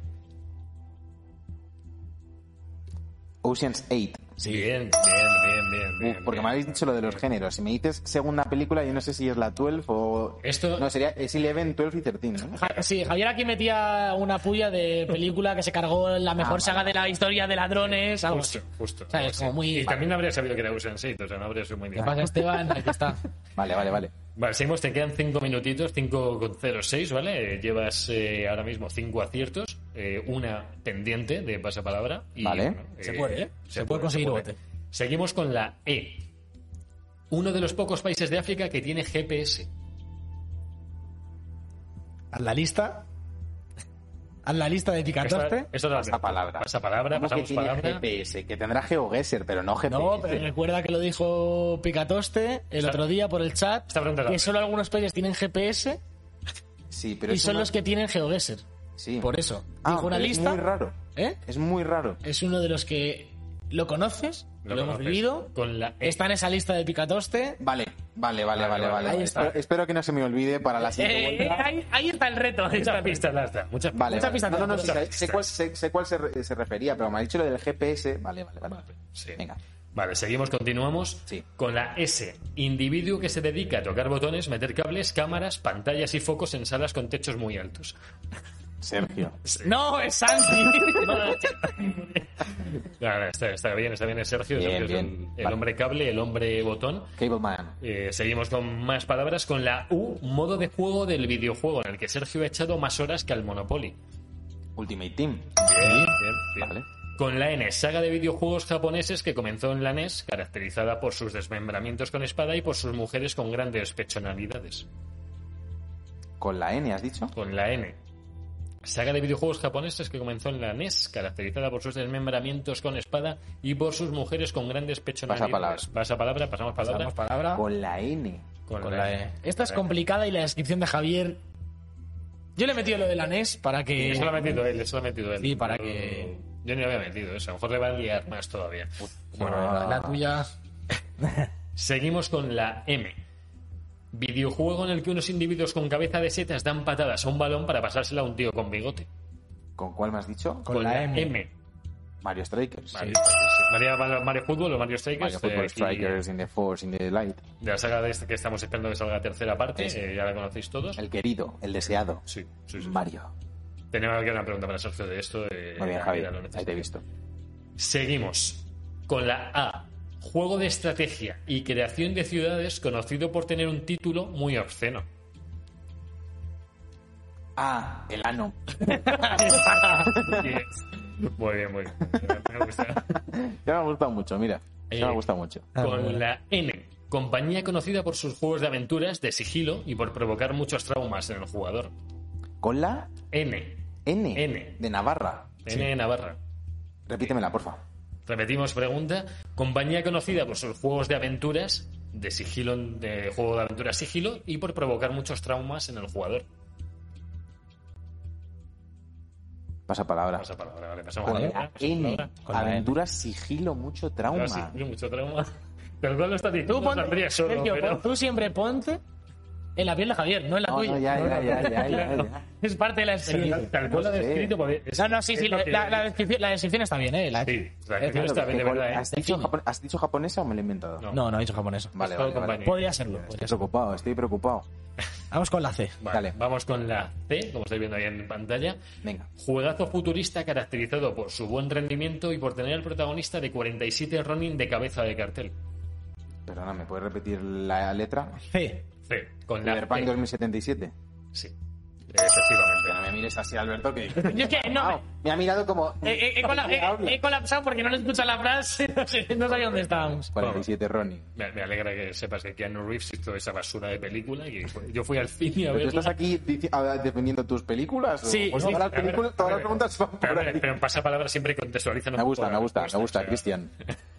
Ocean's 8.
Sí. Bien, bien, bien, bien. bien,
Porque me
bien.
habéis dicho lo de los géneros. Si me dices segunda película, yo no sé si es la 12 o...
Esto-
No, sería... Es 11, 12 y 13, ¿no?
Ja- Sí, Javier aquí metía una puya de película que se cargó la
Ah,
mejor saga de la historia de ladrones, algo así.
Justo, justo.
O sea, es como muy-
Y también habría sabido que era Usain Seid, o sea, no habría sido muy
¿Qué
bien.
pasa, Esteban? Aquí está.
Vale, vale, vale.
Vale, seguimos, te quedan 5 minutitos, 5,06, ¿vale? Eh, Llevas eh, ahora mismo 5 aciertos, eh, una pendiente de pasapalabra. Y,
Vale.
Se puede, ¿eh? Se puede conseguir bote.
Seguimos con la E. Uno de los pocos países de África que tiene GPS.
Haz la lista. Haz la lista de
Esta-
Picatorte.
esta es la-
Pasapalabra.
Pasapalabra,
¿Cómo que
pasamos
tiene
palabra.
GPS? Que tendrá GeoGuessr, pero no GPS.
No, pero recuerda que lo dijo Picatoste el
Está-
otro día por el chat,
está preguntando.
que solo algunos países tienen GPS
Sí, pero
y
es
son
una-
los que tienen GeoGuessr.
Sí.
Por eso.
Ah,
Dijo una
pero
lista.
Es muy raro.
¿Eh?
Es muy raro.
Es uno de los que lo conoces, lo, hemos
conoces.
vivido.
Con la E.
Está en esa lista de Picatoste.
Vale, vale, vale,
Vale,
vale,
vale,
vale.
ahí
está.
Espero, espero que no se me olvide para la siguiente
Eh, eh,
vuelta.
ahí, ahí está el reto. ahí está
Muchas
el reto.
pistas, Lastra, muchas
Vale,
Mucha
vale.
pista,
no, no, no,
mucha
sé,
pista.
sé cuál, sé- sé cuál se, re- se refería, pero me ha dicho lo del GPS. Vale, vale, vale.
Sí.
Venga.
Vale, seguimos, continuamos
Sí.
con la S. Individuo que se dedica a tocar botones, meter cables, cámaras, pantallas y focos en salas con techos muy altos.
Sergio.
No, es Santi.
No, no, está, está bien, está bien, es Sergio.
Bien,
Sergio es un-
bien.
el
Vale.
hombre cable, el hombre botón.
Cableman.
Eh, seguimos con más palabras, con la U, modo de juego del videojuego, en el que Sergio ha echado más horas que al Monopoly.
Ultimate Team.
Bien, bien, bien.
Vale.
Con la N, saga de videojuegos japoneses que comenzó en la NES, caracterizada por sus desmembramientos con espada y por sus mujeres con grandes pechonalidades.
Con la N, ¿has dicho?
Con la N, saga de videojuegos japoneses que comenzó en la NES, caracterizada por sus desmembramientos con espada y por sus mujeres con grandes pechonalidades.
Pasapalabra.
Pasa palabra, pasamos palabra.
Damos palabra.
Con la N.
con,
con
la
la
N.
E.
Esta es complicada y la descripción de Javier. Yo le he metido lo de la NES para
Y
que.
eso lo ha metido él, eso lo ha metido él.
Sí, para
Yo-
que-
Yo ni lo había metido eso, a lo mejor le va a liar más todavía.
Bueno, la- la tuya.
Seguimos con la M. Videojuego en el que unos individuos con cabeza de setas dan patadas a un balón para pasársela a un tío con bigote.
¿Con cuál me has dicho?
Con la
Mm.
M.
Mario Strikers.
Mario, Mario, Mario Fútbol o Mario Strikers.
Mario Football
eh, aquí
Strikers, In the Force, In the Light.
De la saga de este que estamos esperando que salga la tercera parte,
Ese.
eh, ya la conocéis todos.
El querido, el deseado.
Sí, sí, sí.
Mario.
Tenemos que una pregunta para Sergio de esto. eh,
Muy bien,
ya lo
Javier.
necesito.
Ahí te he visto.
Seguimos con la A. Juego de estrategia y creación de ciudades conocido por tener un título muy obsceno.
Ah, el ano.
Yes. Muy bien, muy bien. Me gusta.
Ya me ha gustado mucho, mira. Ya me
Eh,
ha gustado mucho.
Con la N. Compañía conocida por sus juegos de aventuras, de sigilo y por provocar muchos traumas en el jugador.
Con la
N.
N.
N.
De Navarra.
N de Navarra.
Repítemela, porfa.
Repetimos pregunta. Compañía conocida por sus juegos de aventuras, de sigilo, de juego de aventuras sigilo y por provocar muchos traumas en el jugador.
Pasa palabra.
Pasa palabra, vale, pasamos
Con
palabra,
la
pasamos
N.
palabra.
Aventura, sigilo, mucho trauma.
Ahora sí, tiene mucho trauma. Perdón, lo estás diciendo.
Tú
Tú
ponte.
solo,
Sergio,
pero...
tú siempre ponte en la piel de Javier, no en la
No,
tuya.
no, ya, ya, ya, ya, ya,
Claro.
ya.
Es parte de la experiencia.
Tal cual lo ha
sé.
descrito. porque es-
No, no, sí,
es
sí,
lo
la,
que-
la- la descripción, la descripción está bien, ¿eh? La-
Sí, la
Es
descripción
claro,
está bien, de
Con-
verdad, ¿eh?
¿Has, dicho japo- has dicho japonesa o me lo he inventado?
No.
No, no he dicho japonesa.
Vale,
Todo
vale, vale.
compañía.
Podría serlo. podría
Estoy preocupado, estoy preocupado.
serlo. Vamos con la C.
Vale,
Dale.
Vamos con la C, como estáis viendo ahí en pantalla.
Venga.
Juegazo futurista caracterizado por su buen rendimiento y por tener al protagonista de 47 running de cabeza de cartel.
Perdóname, ¿puedes repetir la letra?
C.
C, con la
Cyberpunk
C.
2077.
Sí, efectivamente.
No me mires así, Alberto, que...
Yo es que
Wow,
no.
me ha mirado como...
He, he- he cola- he-
Habla.
he colapsado porque no le escucha la frase, no, sé- no sabía dónde estábamos.
47 Ronnie.
Me, me alegra que sepas que Keanu Reeves hizo esa basura de película y yo fui al cine a
¿Pero tú
ver.
estás aquí dici- a- defendiendo tus películas? o-
Sí,
o
sí,
todas las películas, todas las preguntas van por
pero,
ahí.
pero en pasapalabra siempre contextualizan un
Me
poco
gusta,
la
me gusta, me
respuesta, o
gusta,
sea,
Cristian.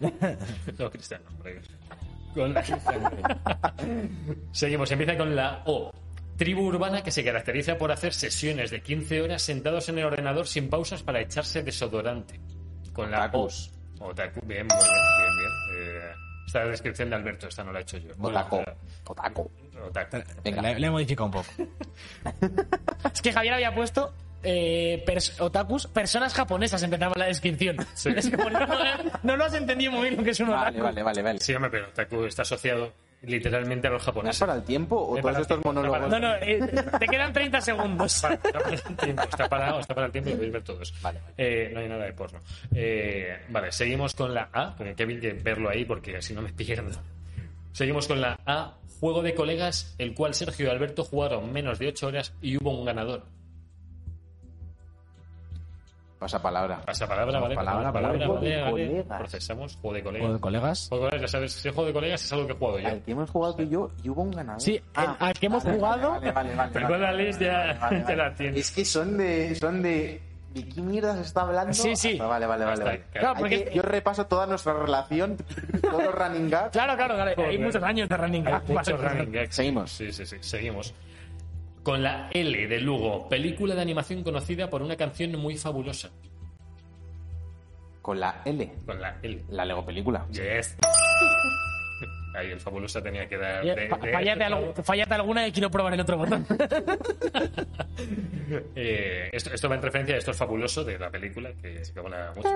No, Cristian, no, hombre. Con la Cristian, hombre. Seguimos, empieza con la O. Tribu urbana que se caracteriza por hacer sesiones de 15 horas sentados en el ordenador sin pausas para echarse desodorante. Con la
Otakus.
O. Otaku, bien, muy bien, bien, bien. Eh, esta descripción de Alberto, esta no la he hecho yo.
Otaco.
Bueno,
Otaco.
Otaku.
Venga.
Le, le he modificado un poco. es que Javier había puesto eh, pers- otakus, personas japonesas empezaba la descripción. Es como, no, no lo has entendido muy bien lo que es un otaku.
Vale, vale, vale, vale.
Sí, hombre, pero Otaku está asociado literalmente a los
¿No es
japoneses.
para el tiempo o
Es
todos
para el
estos
tiempo,
monólogos?
No, no, eh, te quedan 30 segundos.
Para- está para el tiempo, está parado, está para el tiempo y podéis ver todos.
Vale, vale.
Eh, no hay nada de porno. Eh, vale, seguimos con la A, con Kevin de verlo ahí porque así no me pierdo. Seguimos con la A, juego de colegas, el cual Sergio y Alberto jugaron menos de 8 horas y hubo un ganador.
Pasa palabra.
Pasa palabra,
No,
¿vale?
palabra, palabra. Juego de
vale, vale.
colegas.
Procesamos, juego de colegas.
¿O de colegas?
Juego de colegas, ya sabes, si es juego de colegas es algo que he jugado yo.
Al que hemos jugado tú y yo y hubo un ganador. Ah,
Sí, el- al que hemos jugado-
Vale, vale, vale.
Pero
vale,
con la
vale,
Liz
vale,
ya-
vale, vale,
ya
vale.
la tienes.
Es que son de. Son de ¿De qué mierda se está hablando?
Sí, sí.
Ah, Vale, vale, vale.
Hasta
vale.
ahí,
Claro,
Hay
porque-
que- yo repaso toda nuestra relación, todo el running gag.
Claro, claro, claro. Hay
Joder.
muchos años de running gag.
Hay muchos
Ah, Vale.
running gags.
Seguimos.
Sí, sí, sí, seguimos. Con la L de Lugo, película de animación conocida por una canción muy fabulosa.
Con la L.
Con la L.
La Lego película.
Yes. Ahí el fabulosa tenía que dar.
Ya,
de-
fa-
de-
Fallate, algu- fallate alguna y quiero probar el otro botón.
Eh, esto, esto va en referencia a esto es fabuloso de la película que se mola mucho.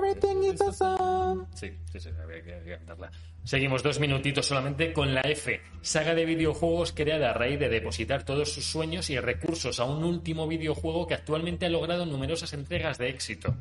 Sí, sí, sí, había que- había que cantarla. Seguimos dos minutitos solamente con la F, saga de videojuegos creada a raíz de depositar todos sus sueños y recursos a un último videojuego que actualmente ha logrado numerosas entregas de éxito.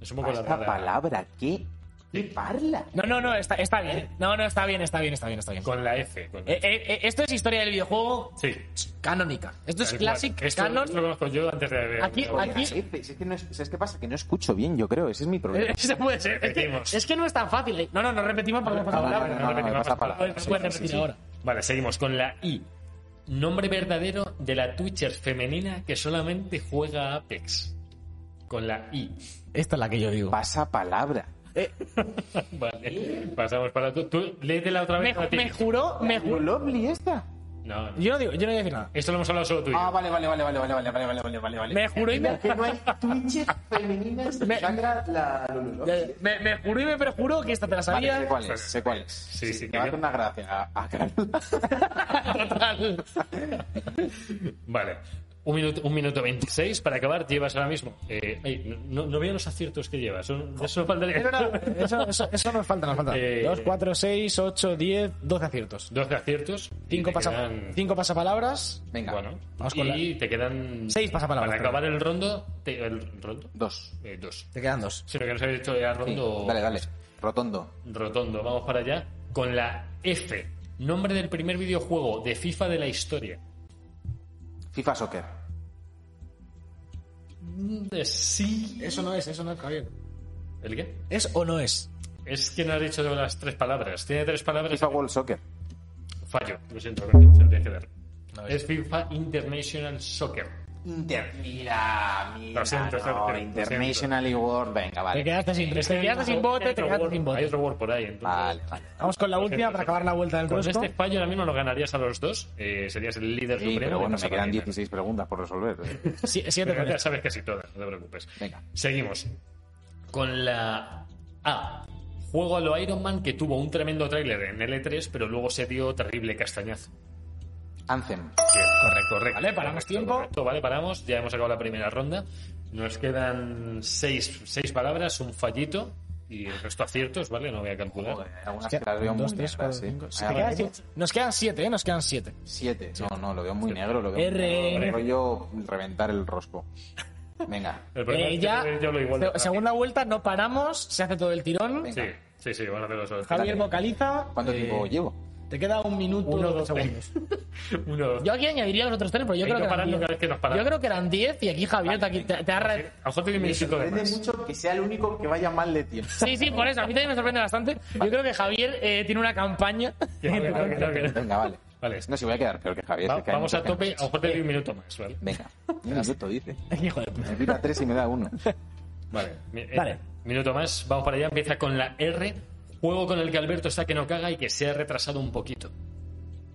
Es un
Ah,
poco la
Esta
rara.
palabra, ¿qué? ¿Qué
Sí.
parla?
No, no, no, está, está bien. No, no, está bien, está bien, está bien, está bien.
Con la F. con la
Eh,
F.
eh, eh, esto es historia del videojuego
Sí.
canónica. Esto es
Tal cual.
Classic
Esto-
Canon.
esto lo conozco yo antes de ver.
Aquí-
Bueno,
aquí-
Si es que no es- ¿sabes qué pasa? Que no escucho bien, yo creo. Ese es mi problema.
Eso puede ser. Es
Repetimos.
que, es que no es tan fácil. No, no, no repetimos porque hemos
Ah, vale,
hablado.
vale, vale, vale, pasa palabra.
No se puede repetir ahora.
Vale, seguimos con la I. Nombre verdadero de la Twitcher femenina que solamente juega a Apex. Con la I.
Esta es la que yo digo.
Pasa palabra.
Vale, pasamos para tú. Tú léetela otra
Me,
vez. a ti.
me juró, me juró.
Lovely esta?
No, no.
Yo no, digo, yo no voy a decir nada.
Esto lo hemos hablado solo tú y yo.
Ah, vale, vale, vale, vale, vale, vale, vale, vale, vale, vale.
Me juró y me,
Que no hay Twitches femeninas que
Me-
sangra la Lulu.
ya, ya. me, me juró y me perjuró que esta te la
Vale, sé
sabía.
cuál es, sé cuál es.
Sí, sí,
Me va a
que-
hacer una gracia a, a Carola.
Total.
Vale. Un minuto, un minuto 26 para acabar. Llevas ahora mismo. eh, ay, no, no veo los aciertos que llevas. Son- de Eso faltaría.
Eso, eso, eso nos falta, nos falta.
Eh.
2, 4, 6, 8, 10, 12 aciertos.
12 aciertos. y
5
te quedan-
pasapalabras.
Venga,
Bueno,
Vamos con
y te quedan.
Seis pasapalabras,
Para acabar el rondo. te- ¿El rondo?
dos.
Eh, dos.
Te quedan dos.
Si lo que nos habéis dicho era
Sí,
rondo.
Dale, dale. Rotondo.
Rotondo, vamos para allá. Con la F. Nombre del primer videojuego de FIFA de la historia.
FIFA Soccer.
Eh, Sí.
Eso no es, eso no es, Javier.
¿El qué?
¿Es o no es?
Es que no has dicho las tres palabras. Tiene tres palabras.
FIFA World Soccer.
Fallo. Lo siento, Alberto, se lo tenía que dar. es FIFA International Soccer.
Inter. Mira, mira.
Lo siento,
no,
Sergio, lo
International y World. Venga,
Te
vale.
quedaste sin, te quedaste sin bote, te
Hay otro
quedaste
word-
sin
Hay
bote.
otro word por ahí. entonces.
Vale, vale.
Vamos con este. la última para acabar la vuelta del
Con
crusco.
este fallo ahora mismo lo ganarías a los dos. Eh, serías el líder
Sí,
supremo.
pero
y
bueno, me quedan
pasarías.
16 preguntas por resolver.
Sí, siete
Pero
con
ya
este.
sabes casi todas, no te preocupes.
Venga.
Seguimos. Con la A. Juego a lo Iron Man que tuvo un tremendo tráiler en L3, pero luego se dio terrible castañazo.
Anthem.
Correcto, correcto.
Vale, paramos
Correcto,
tiempo.
correcto. vale, paramos. Ya hemos acabado la primera ronda. Nos quedan seis, seis palabras, un fallito y el resto aciertos, ¿vale? No voy a calcular.
Joder, algunas
este.
que las veo muy negras, sí.
Te
Hay
quedas sin- Nos quedan siete, ¿eh? Nos quedan siete.
Siete. No, no, lo veo muy negro. Lo veo
R.
muy negro. Rollo reventar el rosco. Venga.
El problema
Eh,
es que
ya,
yo lo igualo
se- segunda vuelta, no paramos, se hace todo el tirón.
Sí, sí, sí, van a hacer los dos.
Javier vocaliza.
¿Cuánto
eh,
tiempo llevo?
Te queda un minuto,
Uno, dos,
dos segundos.
Uno, dos.
Yo aquí añadiría los otros tres, pero yo
Hay
creo
que
que, eran
parar
diez.
cada vez que nos paramos.
Yo creo que eran diez y aquí Javier te, aquí- te, te ha
A
re-
lo mejor tiene un minutito de
Sorprende
más.
mucho que sea el único que vaya mal de tiempo.
Sí, sí, por eso. A mí también me sorprende bastante. Yo creo que Javier eh, tiene una campaña.
Que no, que no, que no, que no.
Venga, vale.
Vale,
No, si voy a quedar peor que Javier.
va-
es que hay
vamos
mucha
a tope,
gente.
a lo mejor te doy un minuto más, ¿vale?
Venga. Un minuto, dice.
Hijo de puta.
Me quita tres y me da uno.
Vale. mi- eh,
Vale.
Minuto más, vamos para allá. Empieza con la R. Juego con el que Alberto está que no caga y que se ha retrasado un poquito.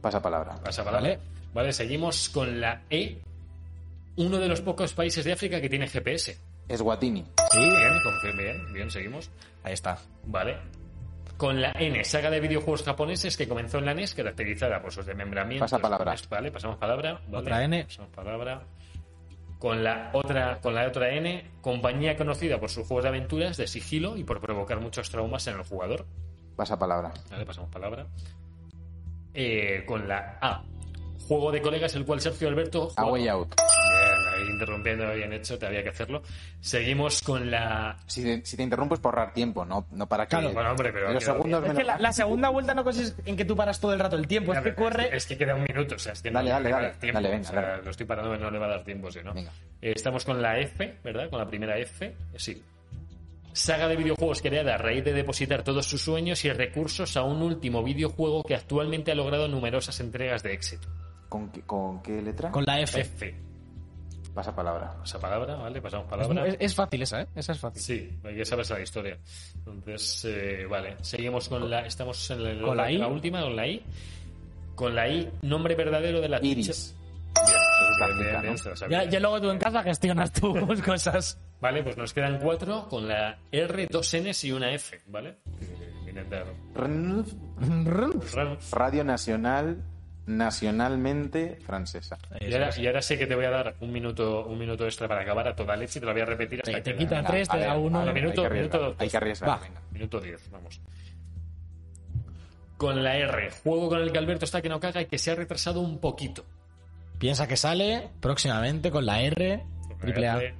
Pasa palabra.
Pasa palabra.
Vale.
Vale. seguimos con la E. Uno de los pocos países de África que tiene GPS.
Es Guatini.
Bien, confirme, bien, bien, seguimos.
Ahí está.
Vale. Con la N, saga de videojuegos japoneses que comenzó en la NES, caracterizada por sus desmembramientos.
Pasa palabra.
Vale, pasamos palabra. Vale,
Otra N.
Pasamos palabra. con la otra con la otra N, E compañía conocida por sus juegos de aventuras de sigilo y por provocar muchos traumas en el jugador.
Pasa palabra.
Vale, pasamos palabra. Eh, con la A, juego de colegas, el cual Sergio Alberto.
A Way Out.
Bien, ahí interrumpiendo, bien hecho, te había que hacerlo. Seguimos con la.
Si te, si te interrumpo es por ahorrar tiempo, no, no para que.
Claro, bueno, hombre, pero.
Los
queda
segundos
bien.
Es que la, la segunda vuelta no consiste en que tú paras todo el rato el tiempo, es
Ya,
que
pero
corre.
Es que queda un minuto, o sea, es que
Dale,
no
dale,
le va a
dale,
dar tiempo.
dale, venga,
o sea,
dale.
Lo estoy parando, pero no le va a dar tiempo, si no.
Venga.
Eh, Estamos con la F, ¿verdad? Con la primera F, sí. Saga de videojuegos creada a raíz de depositar todos sus sueños y recursos a un último videojuego que actualmente ha logrado numerosas entregas de éxito.
¿Con, qué- con qué letra?
Con la F.
F.
Pasa palabra.
Pasa palabra, ¿vale? Pasamos
Es,
palabra.
es- es fácil esa, ¿eh? Esa es fácil.
Sí, hay que saberse la historia. Entonces, eh, vale, seguimos con la... Estamos en la,
¿Con la I?
última, con la I. Con la I, nombre verdadero de la
Iris.
teacher-
Es
Bien,
táctica,
bien,
¿no?
se lo sabía.
Ya, ya luego tú en casa gestionas tus cosas.
Vale, pues nos quedan cuatro con la R, dos Ns y una F, ¿vale? Eh, Intentar.
Rn-
raro.
Radio Nacional, nacionalmente francesa.
Y ahora, y ahora sí que te voy a dar un minuto, un minuto extra para acabar a toda leche y te lo voy a repetir hasta
Te, te
que-
quita
Venga,
tres, te
a ver,
da uno.
a ver,
Minuto-
hay que arriesgar,
minuto dos.
Hay que arriesgar,
Va.
venga.
Minuto 10, vamos. Con la R, juego con el que Alberto está que no caga y que se ha retrasado un poquito.
Piensa que sale próximamente con la R, triple A.
R,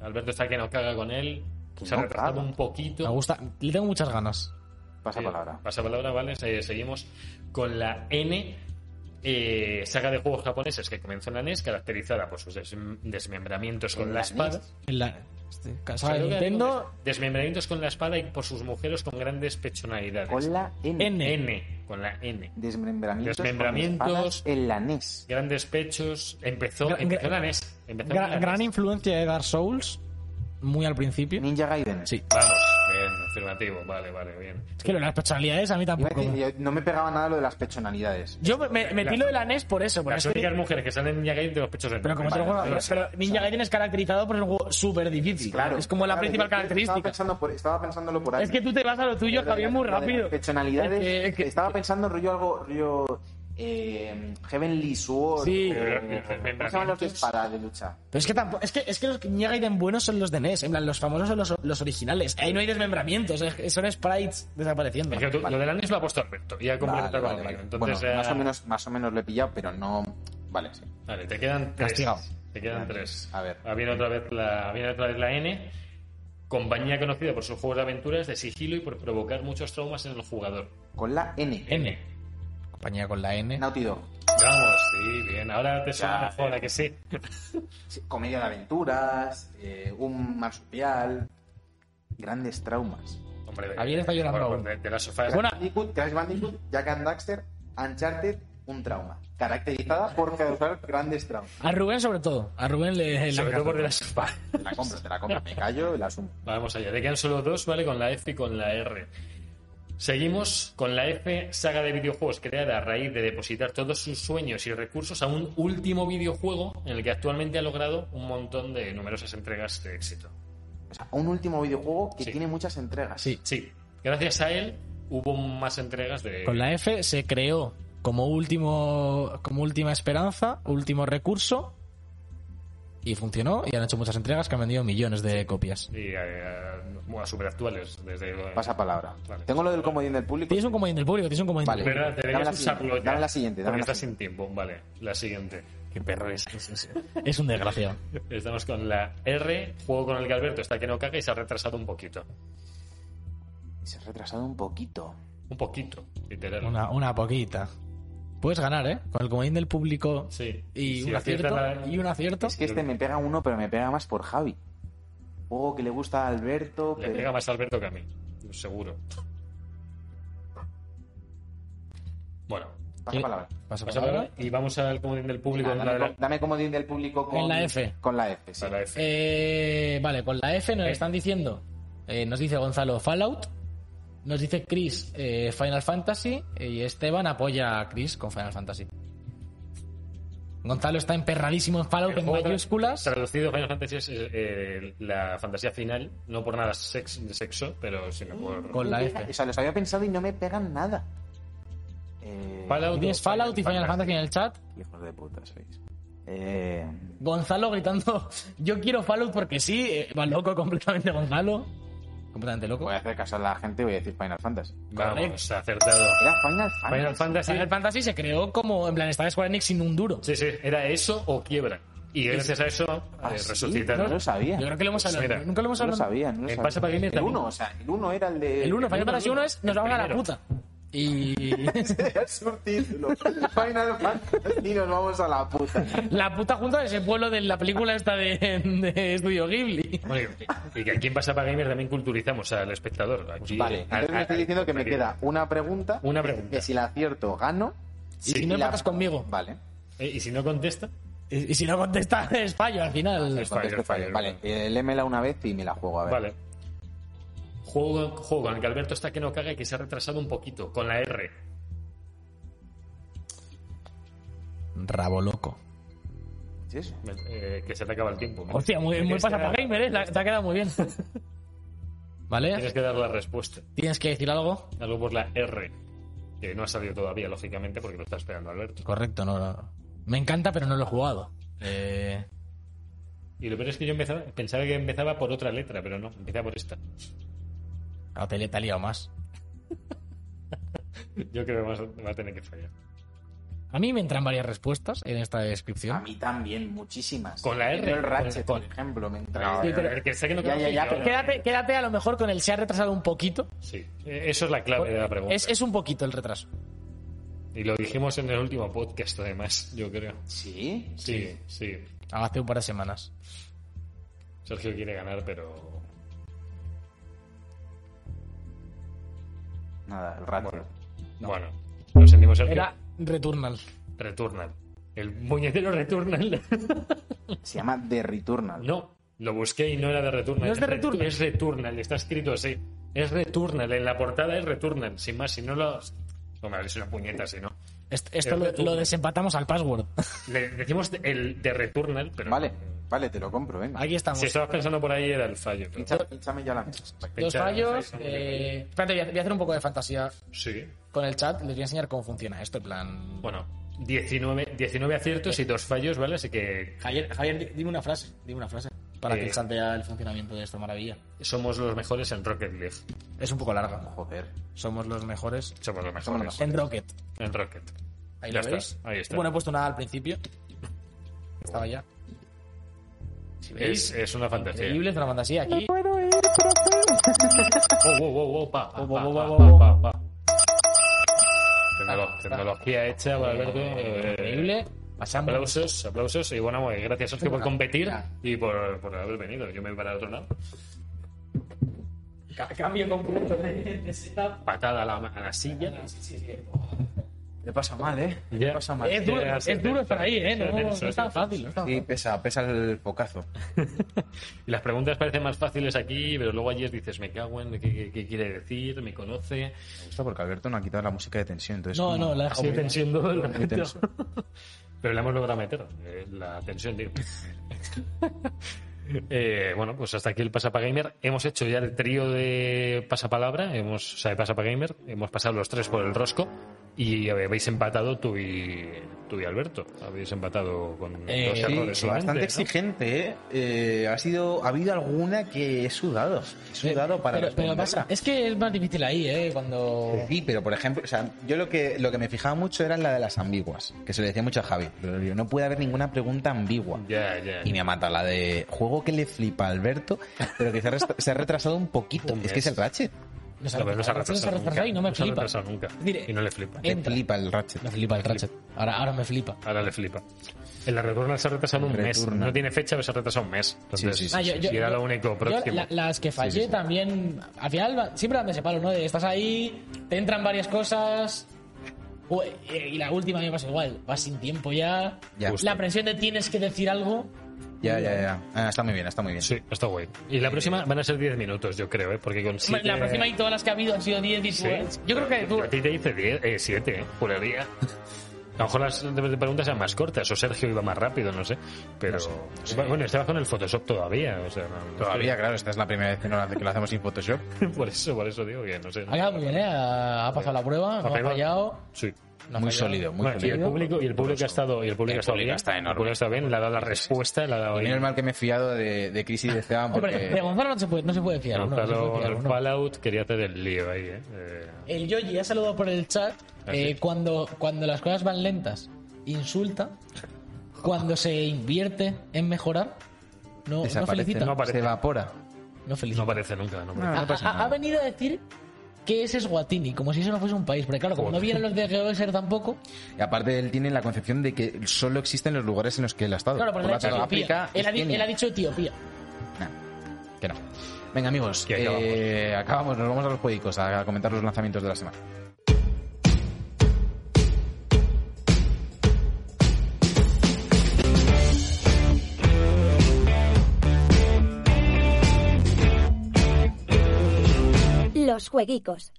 Alberto está que no caga con él.
Que
Se ha
no
retrasado
caga.
un poquito.
Me gusta. Le tengo muchas ganas.
Pasa
Sí,
palabra.
Pasapalabra, vale. Se- Seguimos con la N. eh, saga de juegos japoneses que comenzó en la NES, caracterizada por sus desm- desmembramientos con la
E
espada.
En la este, casa de
Creo que hay
Nintendo.
algunos Desmembramientos con la espada y por sus mujeres con grandes pechonalidades.
Con la N. E
N.
N, E con la N.
Desmembramientos. con
Desmembramientos.
espadas en
E
la NES.
Grandes pechos. Empezó,
Gra-
empezó
gra-
en la NES. Empezó en
Gra-
la E
gran
NES.
influencia de Dark Souls. Muy al principio.
Ninja Gaiden.
Sí.
Vamos, bien, afirmativo. Vale, vale, bien.
Es que lo de las personalidades a mí
Iba a
tampoco.
decir, yo- no me pegaba nada lo de las pechonalidades.
Yo me, me metí lo de la NES por eso. porque
Las
es que-
únicas mujeres que salen en Ninja Gaiden de los pechos de
este- pero como te lo
Vale,
juego,
vale.
pero Ninja Gaiden es caracterizado por ser un juego súper difícil. Es como la
claro,
principal
yo- yo Estaba,
característica.
pensando por- estaba pensándolo por ahí.
Es que tú te vas a lo tuyo,
Lo de
Javier,
las-
muy
lo de las
rápido.
Pechonalidades.
Es que- es que-
Estaba pensando en rollo algo, rollo eh, Heavenly Sword. eh,
Sí.
o- ¿Cómo se llaman los de espada de lucha?
Pero es que tampoco, es que, es que los Ninja Gaiden buenos son los de NES, en plan, los famosos son los, los originales. Ahí no hay desmembramientos, es que son sprites desapareciendo.
Es que tú- Lo de la NES lo ha puesto Alberto. Y ha completado
Vale,
con
vale,
Alberto.
vale.
Entonces,
bueno, más
eh,
o menos, más o menos lo he pillado, pero no. Vale, sí.
Vale, te quedan tres.
Castigado.
Te quedan tres.
A ver.
Ah, Viene otra vez la, viene otra vez la N. Compañía conocida por sus juegos de aventuras, de sigilo y por provocar muchos traumas en el jugador.
Con la N.
N. Compañía con la N.
Naughty Dog.
Vamos, sí, bien. Ahora te suena
Ya.
mejor, ¿a que sí?
Sí, Comedia de aventuras, eh, un marsupial. Grandes traumas.
Hombre,
Javier está llorando
por-
aún.
De, de la sofá.
Bueno,
Bandicoot, Crash Bandicoot, Jack and Daxter, Uncharted, un trauma. Caracterizada por causar grandes traumas.
a Rubén sobre todo. A Rubén le... le-
sobre todo por de la sofá.
Te la compro, te la compro. Me callo y la asumo.
Vamos allá. Te quedan solo dos, ¿vale? Con la F y con la R. Seguimos con la F, saga de videojuegos creada a raíz de depositar todos sus sueños y recursos a un último videojuego en el que actualmente ha logrado un montón de numerosas entregas de éxito.
O sea, un último videojuego que
Sí.
tiene muchas entregas.
Sí.
Sí, gracias a él hubo más entregas de...
Con la F se creó como último, como última esperanza, último recurso, y funcionó, y han hecho muchas entregas que han vendido millones de copias.
Y a, a eh, superactuales desde...
Pasa palabra.
Vale.
Tengo lo del comodín del público.
Tienes un comodín del público, tienes un comodín
Vale.
del público.
¿Verdad? Deberías
Dame la
usarlo
siguiente,
ya.
dame la siguiente, dame
porque
la
estás sin tiempo. Vale, la siguiente. Qué perro es.
Es un desgraciado.
Estamos con la R, juego con el que Alberto está que no caga y se ha retrasado un poquito.
Se ha retrasado un poquito.
Un poquito, literal.
Una, una poquita. Puedes ganar, ¿eh? Con el comodín del público
Sí.
y,
Si
un acierto,
aciertas la-
y un acierto.
Es que este me pega uno, pero me pega más por Javi. Juego que le gusta a Alberto,
Le
pero...
pega más a Alberto que a mí, seguro. Bueno,
Pasa palabra.
Pasa
pasa
palabra.
palabra y vamos al comodín del público.
Ah,
en la-
dame, dame comodín del público con...
En la F.
Con la F, sí.
a la F.
Eh, vale, con la F nos
Eh.
están diciendo. eh, nos dice Gonzalo Fallout. Nos dice Chris eh, Final Fantasy. eh, Y Esteban apoya a Chris con Final Fantasy. Gonzalo está emperradísimo en Fallout
El
en
juego tra-
mayúsculas.
Traducido Final Fantasy es eh, la fantasía final, no por nada sex- de sexo, pero sino por.
Con la F.
O sea, los había pensado y no me pegan nada. Eh,
Fallout,
Eh,
Tienes Fallout y Final Fantasy en el chat.
Hijos de puta sois.
Eh,
Gonzalo gritando, yo quiero Fallout porque sí, eh, va loco completamente Gonzalo. Completamente loco.
Voy a hacer caso a la gente y voy a decir Final Fantasy.
Vamos, acertado.
Era Final Fantasy.
Final Fantasy.
Final Fantasy se creó como, en plan, estaba Square Enix sin un duro.
Sí, sí, era eso o quiebra. Y gracias a eso
Ah,
eh,
sí, No
resucitaron.
lo sabía.
Yo creo que lo hemos
Pues
hablado.
mira,
Nunca lo hemos
No lo
hablado.
sabía. No lo
En
sabía.
Pasa Paguini
El
también.
1, o sea, el 1 era el de.
El 1, Final Fantasy 1 es, nos vamos a la
primero.
puta. Y
Es subtítulo. Final Fantasy nos vamos a la puta.
la puta junta de ese pueblo de la película esta de, de Estudio Ghibli.
Bueno, y que aquí en Pasapa Gamer también culturizamos al espectador. Aquí-
Vale,
al-
entonces me
al-
estoy diciendo que me
aquí.
queda una pregunta.
Una pregunta.
Que si la acierto, gano.
Sí.
si no
la-
empatas conmigo.
Vale.
Eh, Y si no contesta,
Y, y si no contestas, es fallo al final.
Es fallo,
Contesto
es fallo,
fallo. Vale, eh, lémela una vez y me la juego a ver.
vale. Juego, juego con el que Alberto está que no caga y que se ha retrasado un poquito con la R.
Rabo loco.
¿Sí es?
Eh, que se te acaba el tiempo. mira.
Hostia, muy, muy
Tienes que
pasapa
dar-
gamer, ¿eh? La- Te ha quedado muy bien.
Tienes
¿Vale?
que dar la respuesta.
¿Tienes que decir algo?
Algo por la R. Que no ha salido todavía, lógicamente, porque lo está esperando Alberto.
Correcto, no, no. Me encanta, pero no lo he jugado. Eh,
Y lo peor es que yo empezaba, pensaba que empezaba por otra letra, pero no, empieza por esta.
a te, te ha liado más.
Yo creo que vamos a- va a tener que fallar.
A mí me entran varias respuestas en esta
A
descripción.
mí también, muchísimas.
Con la R,
Yo El
con-
Ratchet,
con-
por ejemplo, me entra.
No,
Sí, pero-
el que sé que no
Ya, ya,
conoce,
ya, pero-
yo-
Quédate, quédate a lo mejor con el se ha retrasado un poquito.
Sí, eh, eso es la clave de la pregunta.
Pues, Es, es un poquito el retraso.
Y lo dijimos en el último podcast, además, yo creo.
Sí.
Sí, sí.
Hace un par de semanas.
Sergio quiere ganar, pero.
Nada, el Ratchet.
Bueno, bueno lo sentimos, Sergio.
Era Returnal.
Returnal. El muñetero Returnal.
Se llama The Returnal.
no, lo busqué y no era de Returnal.
¿No es de
Retu-
Returnal?
Es Returnal, está escrito así. Es Returnal, en la portada es Returnal, sin más. Si no lo. No me hagáis una puñeta, si no.
Est- Esto
El
lo,
Returnal.
lo desempatamos al password.
Le decimos de- el de Returnal, pero.
Vale, vale, te lo compro, venga.
Aquí estamos.
Si estabas pensando por ahí era el fallo. pero-
Pincha- Pinchame ya la mía.
Los
Pinchar,
fallos.
pinchar.
eh, espérate, voy a, voy a hacer un poco de fantasía
Sí.
con el chat. Les voy a enseñar cómo funciona esto. En plan.
Bueno, 19, 19 aciertos y dos fallos, ¿vale? Así que
Javier, Javier, di- dime una frase. Dime una frase. Para
Eh.
que el chat vea el funcionamiento de esta maravilla.
somos los mejores en Rocket League.
Es un poco larga.
Joder.
Somos los mejores
Somos los
Somos
mejores
los
en Rocket.
en Rocket.
Ahí
Ya
lo
está,
veis.
ahí está.
Bueno, he puesto nada al principio. Estaba ya. Si
Es,
veis,
es una fantasía.
increíble, es una fantasía aquí.
Oh, wow, wow, wow, pa, pa,
Wow, wow,
pa,
wow,
pa,
wow,
pa,
wow.
pa. Tecnolo- Tecnología hecha, Valverde. eh,
Increíble. Pasamos.
Aplausos, aplausos y bueno, eh, gracias Sergio por
Venga.
competir y por, por haber venido. Yo me voy para otro lado.
Ca- Cambio completo de, de setup.
Patada a la, a la silla.
Le pasa mal, ¿eh?
Ya.
Le pasa mal.
Es duro,
Ya, sí,
es duro estar ahí, ¿eh? No, no
tenso,
es tan
tenso.
fácil. no es tan
Sí, pesa, pesa el focazo.
Y las preguntas parecen más fáciles aquí, pero luego ayer dices, me cago en, ¿qué, qué- qué quiere decir? ¿Me conoce?
Me gusta porque Alberto no ha quitado la música de tensión. Entonces
No,
como-
no, la
Ha sido
joven.
tensión todo el
Muy
rato.
tenso.
Pero la hemos logrado meter, eh, la tensión, digo. Eh, bueno, pues hasta aquí el Pasapa Gamer. Hemos hecho ya el trío de pasapalabra, hemos, o sea, de Pasapa Gamer. Hemos pasado los tres por el rosco y habéis empatado tú y, tú y Alberto. Habéis empatado con
Eh,
dos
Sí,
errores solamente,
bastante
¿no?
exigente, ¿eh? Eh, ha sido, ha habido alguna que he sudado, he sudado para
pero, pero
responderla.
pasa, es que es más difícil ahí, ¿eh? Cuando.
Sí, pero por ejemplo, o sea, yo lo que, lo que me fijaba mucho era la de las ambiguas, que se le decía mucho a Javi. Pero yo, no puede haber ninguna pregunta ambigua.
Ya, ya.
Y me ha matado la de juego que le flipa a Alberto, pero que se ha, rest- se ha retrasado un poquito.
Un
es que
mes.
es el Ratchet.
Nos
A ver, no se ha retrasado nunca.
y no me
se ha
flipa.
retrasado nunca.
Mire,
y no le flipa.
Le
Entra.
flipa el Ratchet.
Me flipa el Ratchet. Ahora, ahora me flipa.
Ahora le flipa. En la Returnal se ha retrasado un mes.
Returnal.
No tiene fecha, pero se ha retrasado un mes. Entonces,
Sí, sí, sí,
Ah, yo- yo-
si era
yo-
lo único
yo
próximo.
la- las que fallé
Sí, sí, sí.
también. Al final va- siempre me separo, ¿no? De Estás ahí, te entran varias cosas. u- eh, Y la última me pasa igual. Vas sin tiempo ya.
Ya.
La presión de tienes que decir algo.
Ya, ya, ya. Ah, está muy bien, está muy bien.
Sí, está guay. Y la próxima van a ser 10 minutos, yo creo, ¿eh? Porque con siete-
La próxima y todas las que ha habido han sido 10 y
Sí.
Yo creo que tú.
Yo A ti te hice 10, eh, 7, ¿eh? Juraría. A lo mejor las de- de preguntas eran más cortas, o Sergio iba más rápido, no sé. Pero. Bueno, estabas con el Photoshop todavía, o sea. no- no-
Todavía, claro, esta es la primera vez que, no la- que lo hacemos sin Photoshop.
por eso, por eso digo que no sé.
Ha quedado muy bien, ¿eh? Ha, ha ¿eh? pasado la prueba, no ha
Papelón.
fallado.
Sí.
no ha
muy
fallado.
sólido, muy
Bueno, y el
sólido.
público, y el público ha estado, y el público
El
ha estado
público
bien.
está enorme.
El público ha estado bien, le ha dado la respuesta, le ha dado.
Y Menos mal que me he fiado de, de Chris y de Esteban
Hombre, de
porque...
Gonzalo no se puede, no se puede fiar.
No,
no, no se
claro,
puede fiar,
el
no.
Fallout quería hacer el lío ahí, ¿eh? Eh,
El Yoyi ha saludado por el chat
Ah,
eh,
sí.
cuando, cuando las cosas van lentas, insulta. Cuando se invierte en mejorar, no, no
Desaparece,
felicita.
No
¿no?
aparece.
se evapora.
No felicita.
no aparece nunca, no aparece.
Ha- ha, ha venido a decir que ese es Guatini, como si eso no fuese un país. Porque claro, como no
Joder.
vienen los de Geoser tampoco,
Y aparte él tiene la concepción de que solo existen los lugares en los que él ha estado.
claro, pero
Por
él
lo
ha dicho
tanto,
Etiopía.
África
Él ha,
es
di-
Kenia.
él ha dicho Etiopía.
Nah, que no. Venga amigos,
Que acabamos.
eh, acabamos. nos vamos a los juegos a comentar los lanzamientos de la semana.
Los jueguicos.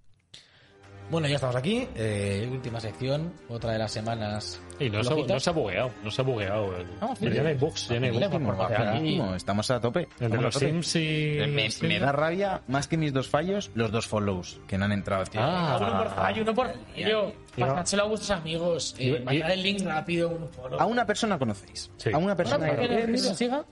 Bueno, ya estamos aquí. eh, última sección, otra de las semanas.
Y no se, ha-
flojitas.
no se ha bugueado, no se ha bugueado. el-
Ah, sí.
Pero ya no hay bugs, ya no hay
Mira,
bugs.
vamos,
por favor.
vamos, Estamos a tope.
Entre
Vamos a
los
tope.
Sims y.
Eh, Me, me
sí.
da rabia más que mis dos fallos, los dos follows que no han entrado. tío.
Ah.
Hay uno por hay uno por yo.
Y no-
Pasádselo a vuestros amigos.
Y-
Eh,
y-
mandad el link rápido. Un follow.
A una persona conocéis.
Sí.
A una persona
Bueno,
que
Eh,
pero que
conocéis.
se siga.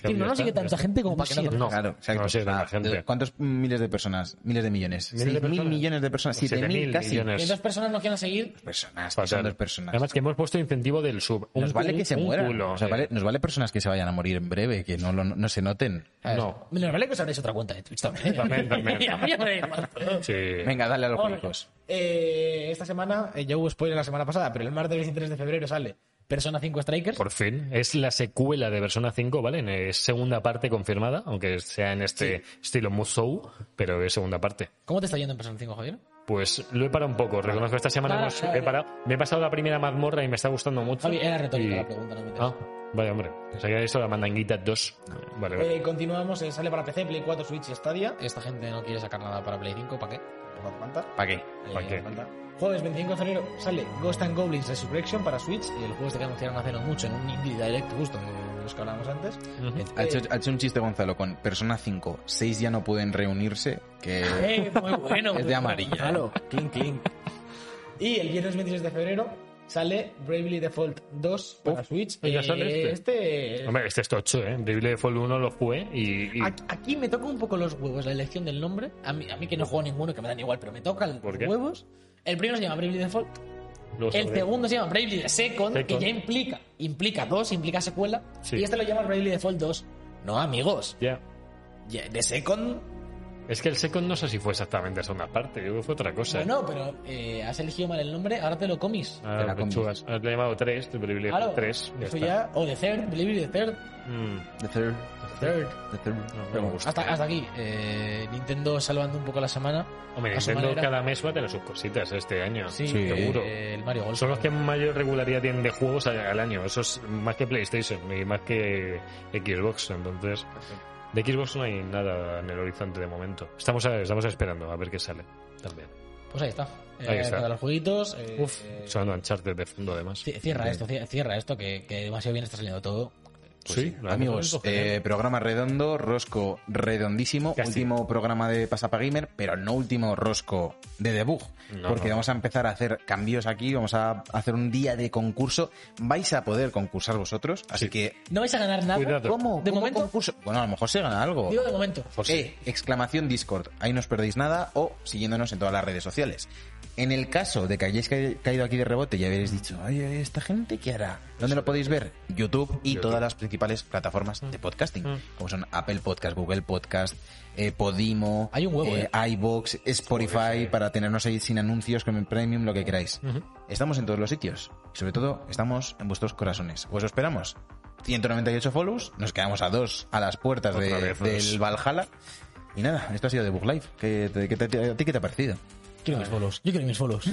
Que
Y no
ya
nos
está,
sigue
ya
tanta
está.
gente como para que no
Sí,
conozca.
no.
Claro, exacto.
No sé, tanta
Ah,
gente.
¿Cuántos miles de personas? Miles de millones.
¿Miles de
Seis mil
personas? Pues
millones de personas. Siete,
Siete
mil
mil
casi.
millones.
Que dos personas no quieran seguir.
Personas, que
Fatal.
son dos personas.
Además que hemos puesto incentivo del sub. Un
nos vale
cu-
que se
un
mueran.
culo,
O sea,
eh.
vale- nos vale personas que se vayan a morir en breve, que no, lo- no se noten.
Eh, No.
Menos vale que os habréis otra cuenta de Twitch también. ¿eh?
También, también.
Ya, ya me-
Sí.
Venga, dale a los
Ahora,
juegos.
eh, esta semana, eh, ya hubo spoiler la semana pasada, pero el martes 23 de febrero sale Persona 5 Strikers.
Por fin. Es la secuela de Persona 5, ¿vale? En- eh, Es segunda parte confirmada, aunque sea en este estilo Musou, pero es segunda parte.
¿Cómo te está yendo en Persona 5, Javier?
Pues lo he parado un poco. Reconozco esta semana
Para,
hemos-
para,
he parado. Me he pasado la primera mazmorra y me está gustando mucho.
Javi, era retórica
Y-
la pregunta, no me interesa.
Ah, vale, hombre. O sea que eso la mandanguita 2. Vale, vale.
Eh, continuamos, eh, sale para PC, Play 4, Switch y Stadia. Esta gente no quiere sacar nada para Play 5, ¿para qué? No hace falta.
¿Para qué?
¿Para
Eh,
qué?
falta. Jueves 25 de febrero sale Ghost and Goblins Resurrection para Switch, el juego este que anunciaron hace no mucho en un Indie Direct, justo eh, de los que hablábamos antes. Eh,
Ujú.
Ha hecho, ha hecho un chiste Gonzalo con Persona 5. Seis ya no pueden reunirse. Que...
¡Eh, muy bueno!
Es de amarilla.
¿eh?
Claro, clink, clink. Y el viernes 26 de febrero sale Bravely Default 2 para
Uf,
Switch.
y ya sale este.
este, eh,
Hombre, este es tocho, ¿eh? Bravely Default 1 lo jugué y... y-
Aquí, aquí me toca un poco los huevos la elección del nombre. A mí, a mí que no juego a ninguno, que me dan igual, pero me tocan
¿Por
los
qué?
huevos. El primero se llama Bravely Default.
luego
El
sabré.
segundo se llama Bravely Second,
Pues Second.
que ya implica, implica dos, implica secuela.
Sí.
Y este lo llama Bravely Default 2. No, amigos.
Ya.
ya- De Second,
Es que el Second no sé si fue exactamente segunda parte. Yo creo que fue otra cosa.
bueno, pero eh, has elegido mal el nombre, ahora te lo comis.
Ah,
Te la
pechugas. Ah, Le he llamado 3, Bravely
Claro,
Default 3.
eso ya- o de Third, Bravely Third.
The third.
Third.
The third.
Mm, no me gusta.
Hasta, hasta aquí. eh, Nintendo salvando un poco la semana.
Hombre,
A su
Nintendo
manera.
cada mes va a tener sus cositas este año.
Sí,
Sí.
seguro.
eh, el Mario Golf.
Son los que mayor regularidad tienen de juegos al al año. Eso es más que PlayStation y más que Xbox. Entonces, de Xbox no hay nada en el horizonte de momento. Estamos, a- estamos esperando a ver qué sale también.
Pues ahí está.
Ahí está.
todos los jueguitos. eh,
Uf,
eh,
sonando Uncharted de fondo además.
ci- cierra esto, ci- cierra esto, que, que demasiado bien está saliendo todo.
Pues sí, la
Amigos,
verdad es que-
eh, programa redondo, rosco redondísimo,
Casi.
último programa de Pasapa Gamer, pero no último rosco de debug,
No,
porque
no.
vamos a empezar a hacer cambios aquí, vamos a hacer un día de concurso, vais a poder concursar vosotros, así
Sí.
que
No vais a ganar nada.
Cuidado.
¿cómo?
De
¿Cómo
momento-
concurso? Bueno, a lo mejor se gana algo.
Digo de momento.
Eh, exclamación Discord, ahí no os perdéis nada o siguiéndonos en todas las redes sociales. En el caso de que hayáis ca- caído aquí de rebote y habéis dicho, oye, ¿esta gente qué hará? ¿Dónde lo podéis ver? YouTube y
YouTube.
todas las principales plataformas
Mm.
de podcasting, como son Apple Podcast, Google Podcast, eh, Podimo,
Hay un huevo, ¿eh?
iBox, Spotify, para tenernos ahí sin anuncios, con el Premium, lo que queráis. Estamos en todos los sitios y sobre todo estamos en vuestros corazones. Os esperamos. 198 follows, nos quedamos a dos a las puertas
Otra
de-
vez pues. dos.
del Valhalla. Y nada, esto ha sido de Bug Life. ¿Qué te- qué te- ¿A ti qué te ha parecido?
Quiero mis follows. Yo quiero mis follows.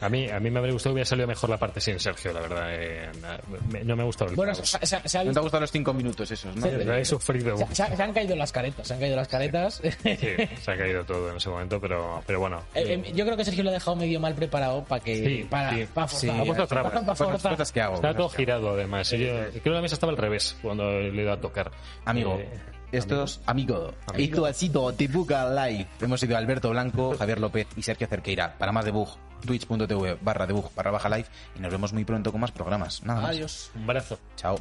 A mí, a mí me habría gustado que hubiera salido mejor la parte sin Sergio, la verdad. eh, na- me- no me ha gustado el
bueno,
caos.
se, se- se ha
¿No te
visto-
han gustado los cinco minutos esos, no?
Sí.
Lo he sufrido.
se- se- se han caído las caretas. Se han caído las caretas.
Sí, se ha caído todo en ese momento, pero, pero bueno.
Eh, eh, yo creo que Sergio lo ha dejado medio mal preparado para que.
Sí,
para,
sí.
para
Sí, ha puesto
para,
trampas.
para
Cosas-
forzar.
cosas que hago.
Está
cosas
todo
que hago.
girado, además. Yo- creo que la mesa estaba al revés cuando le he ido a tocar.
Amigo,
Eh,
Estos amigos. Esto ha sido The Bug Live. Hemos sido Alberto Blanco, Javier López y Sergio Cerqueira. Para más debug, twitch.tv barra debug barra baja live. Y nos vemos muy pronto con más programas. Nada más.
Adiós.
Un brazo.
Chao.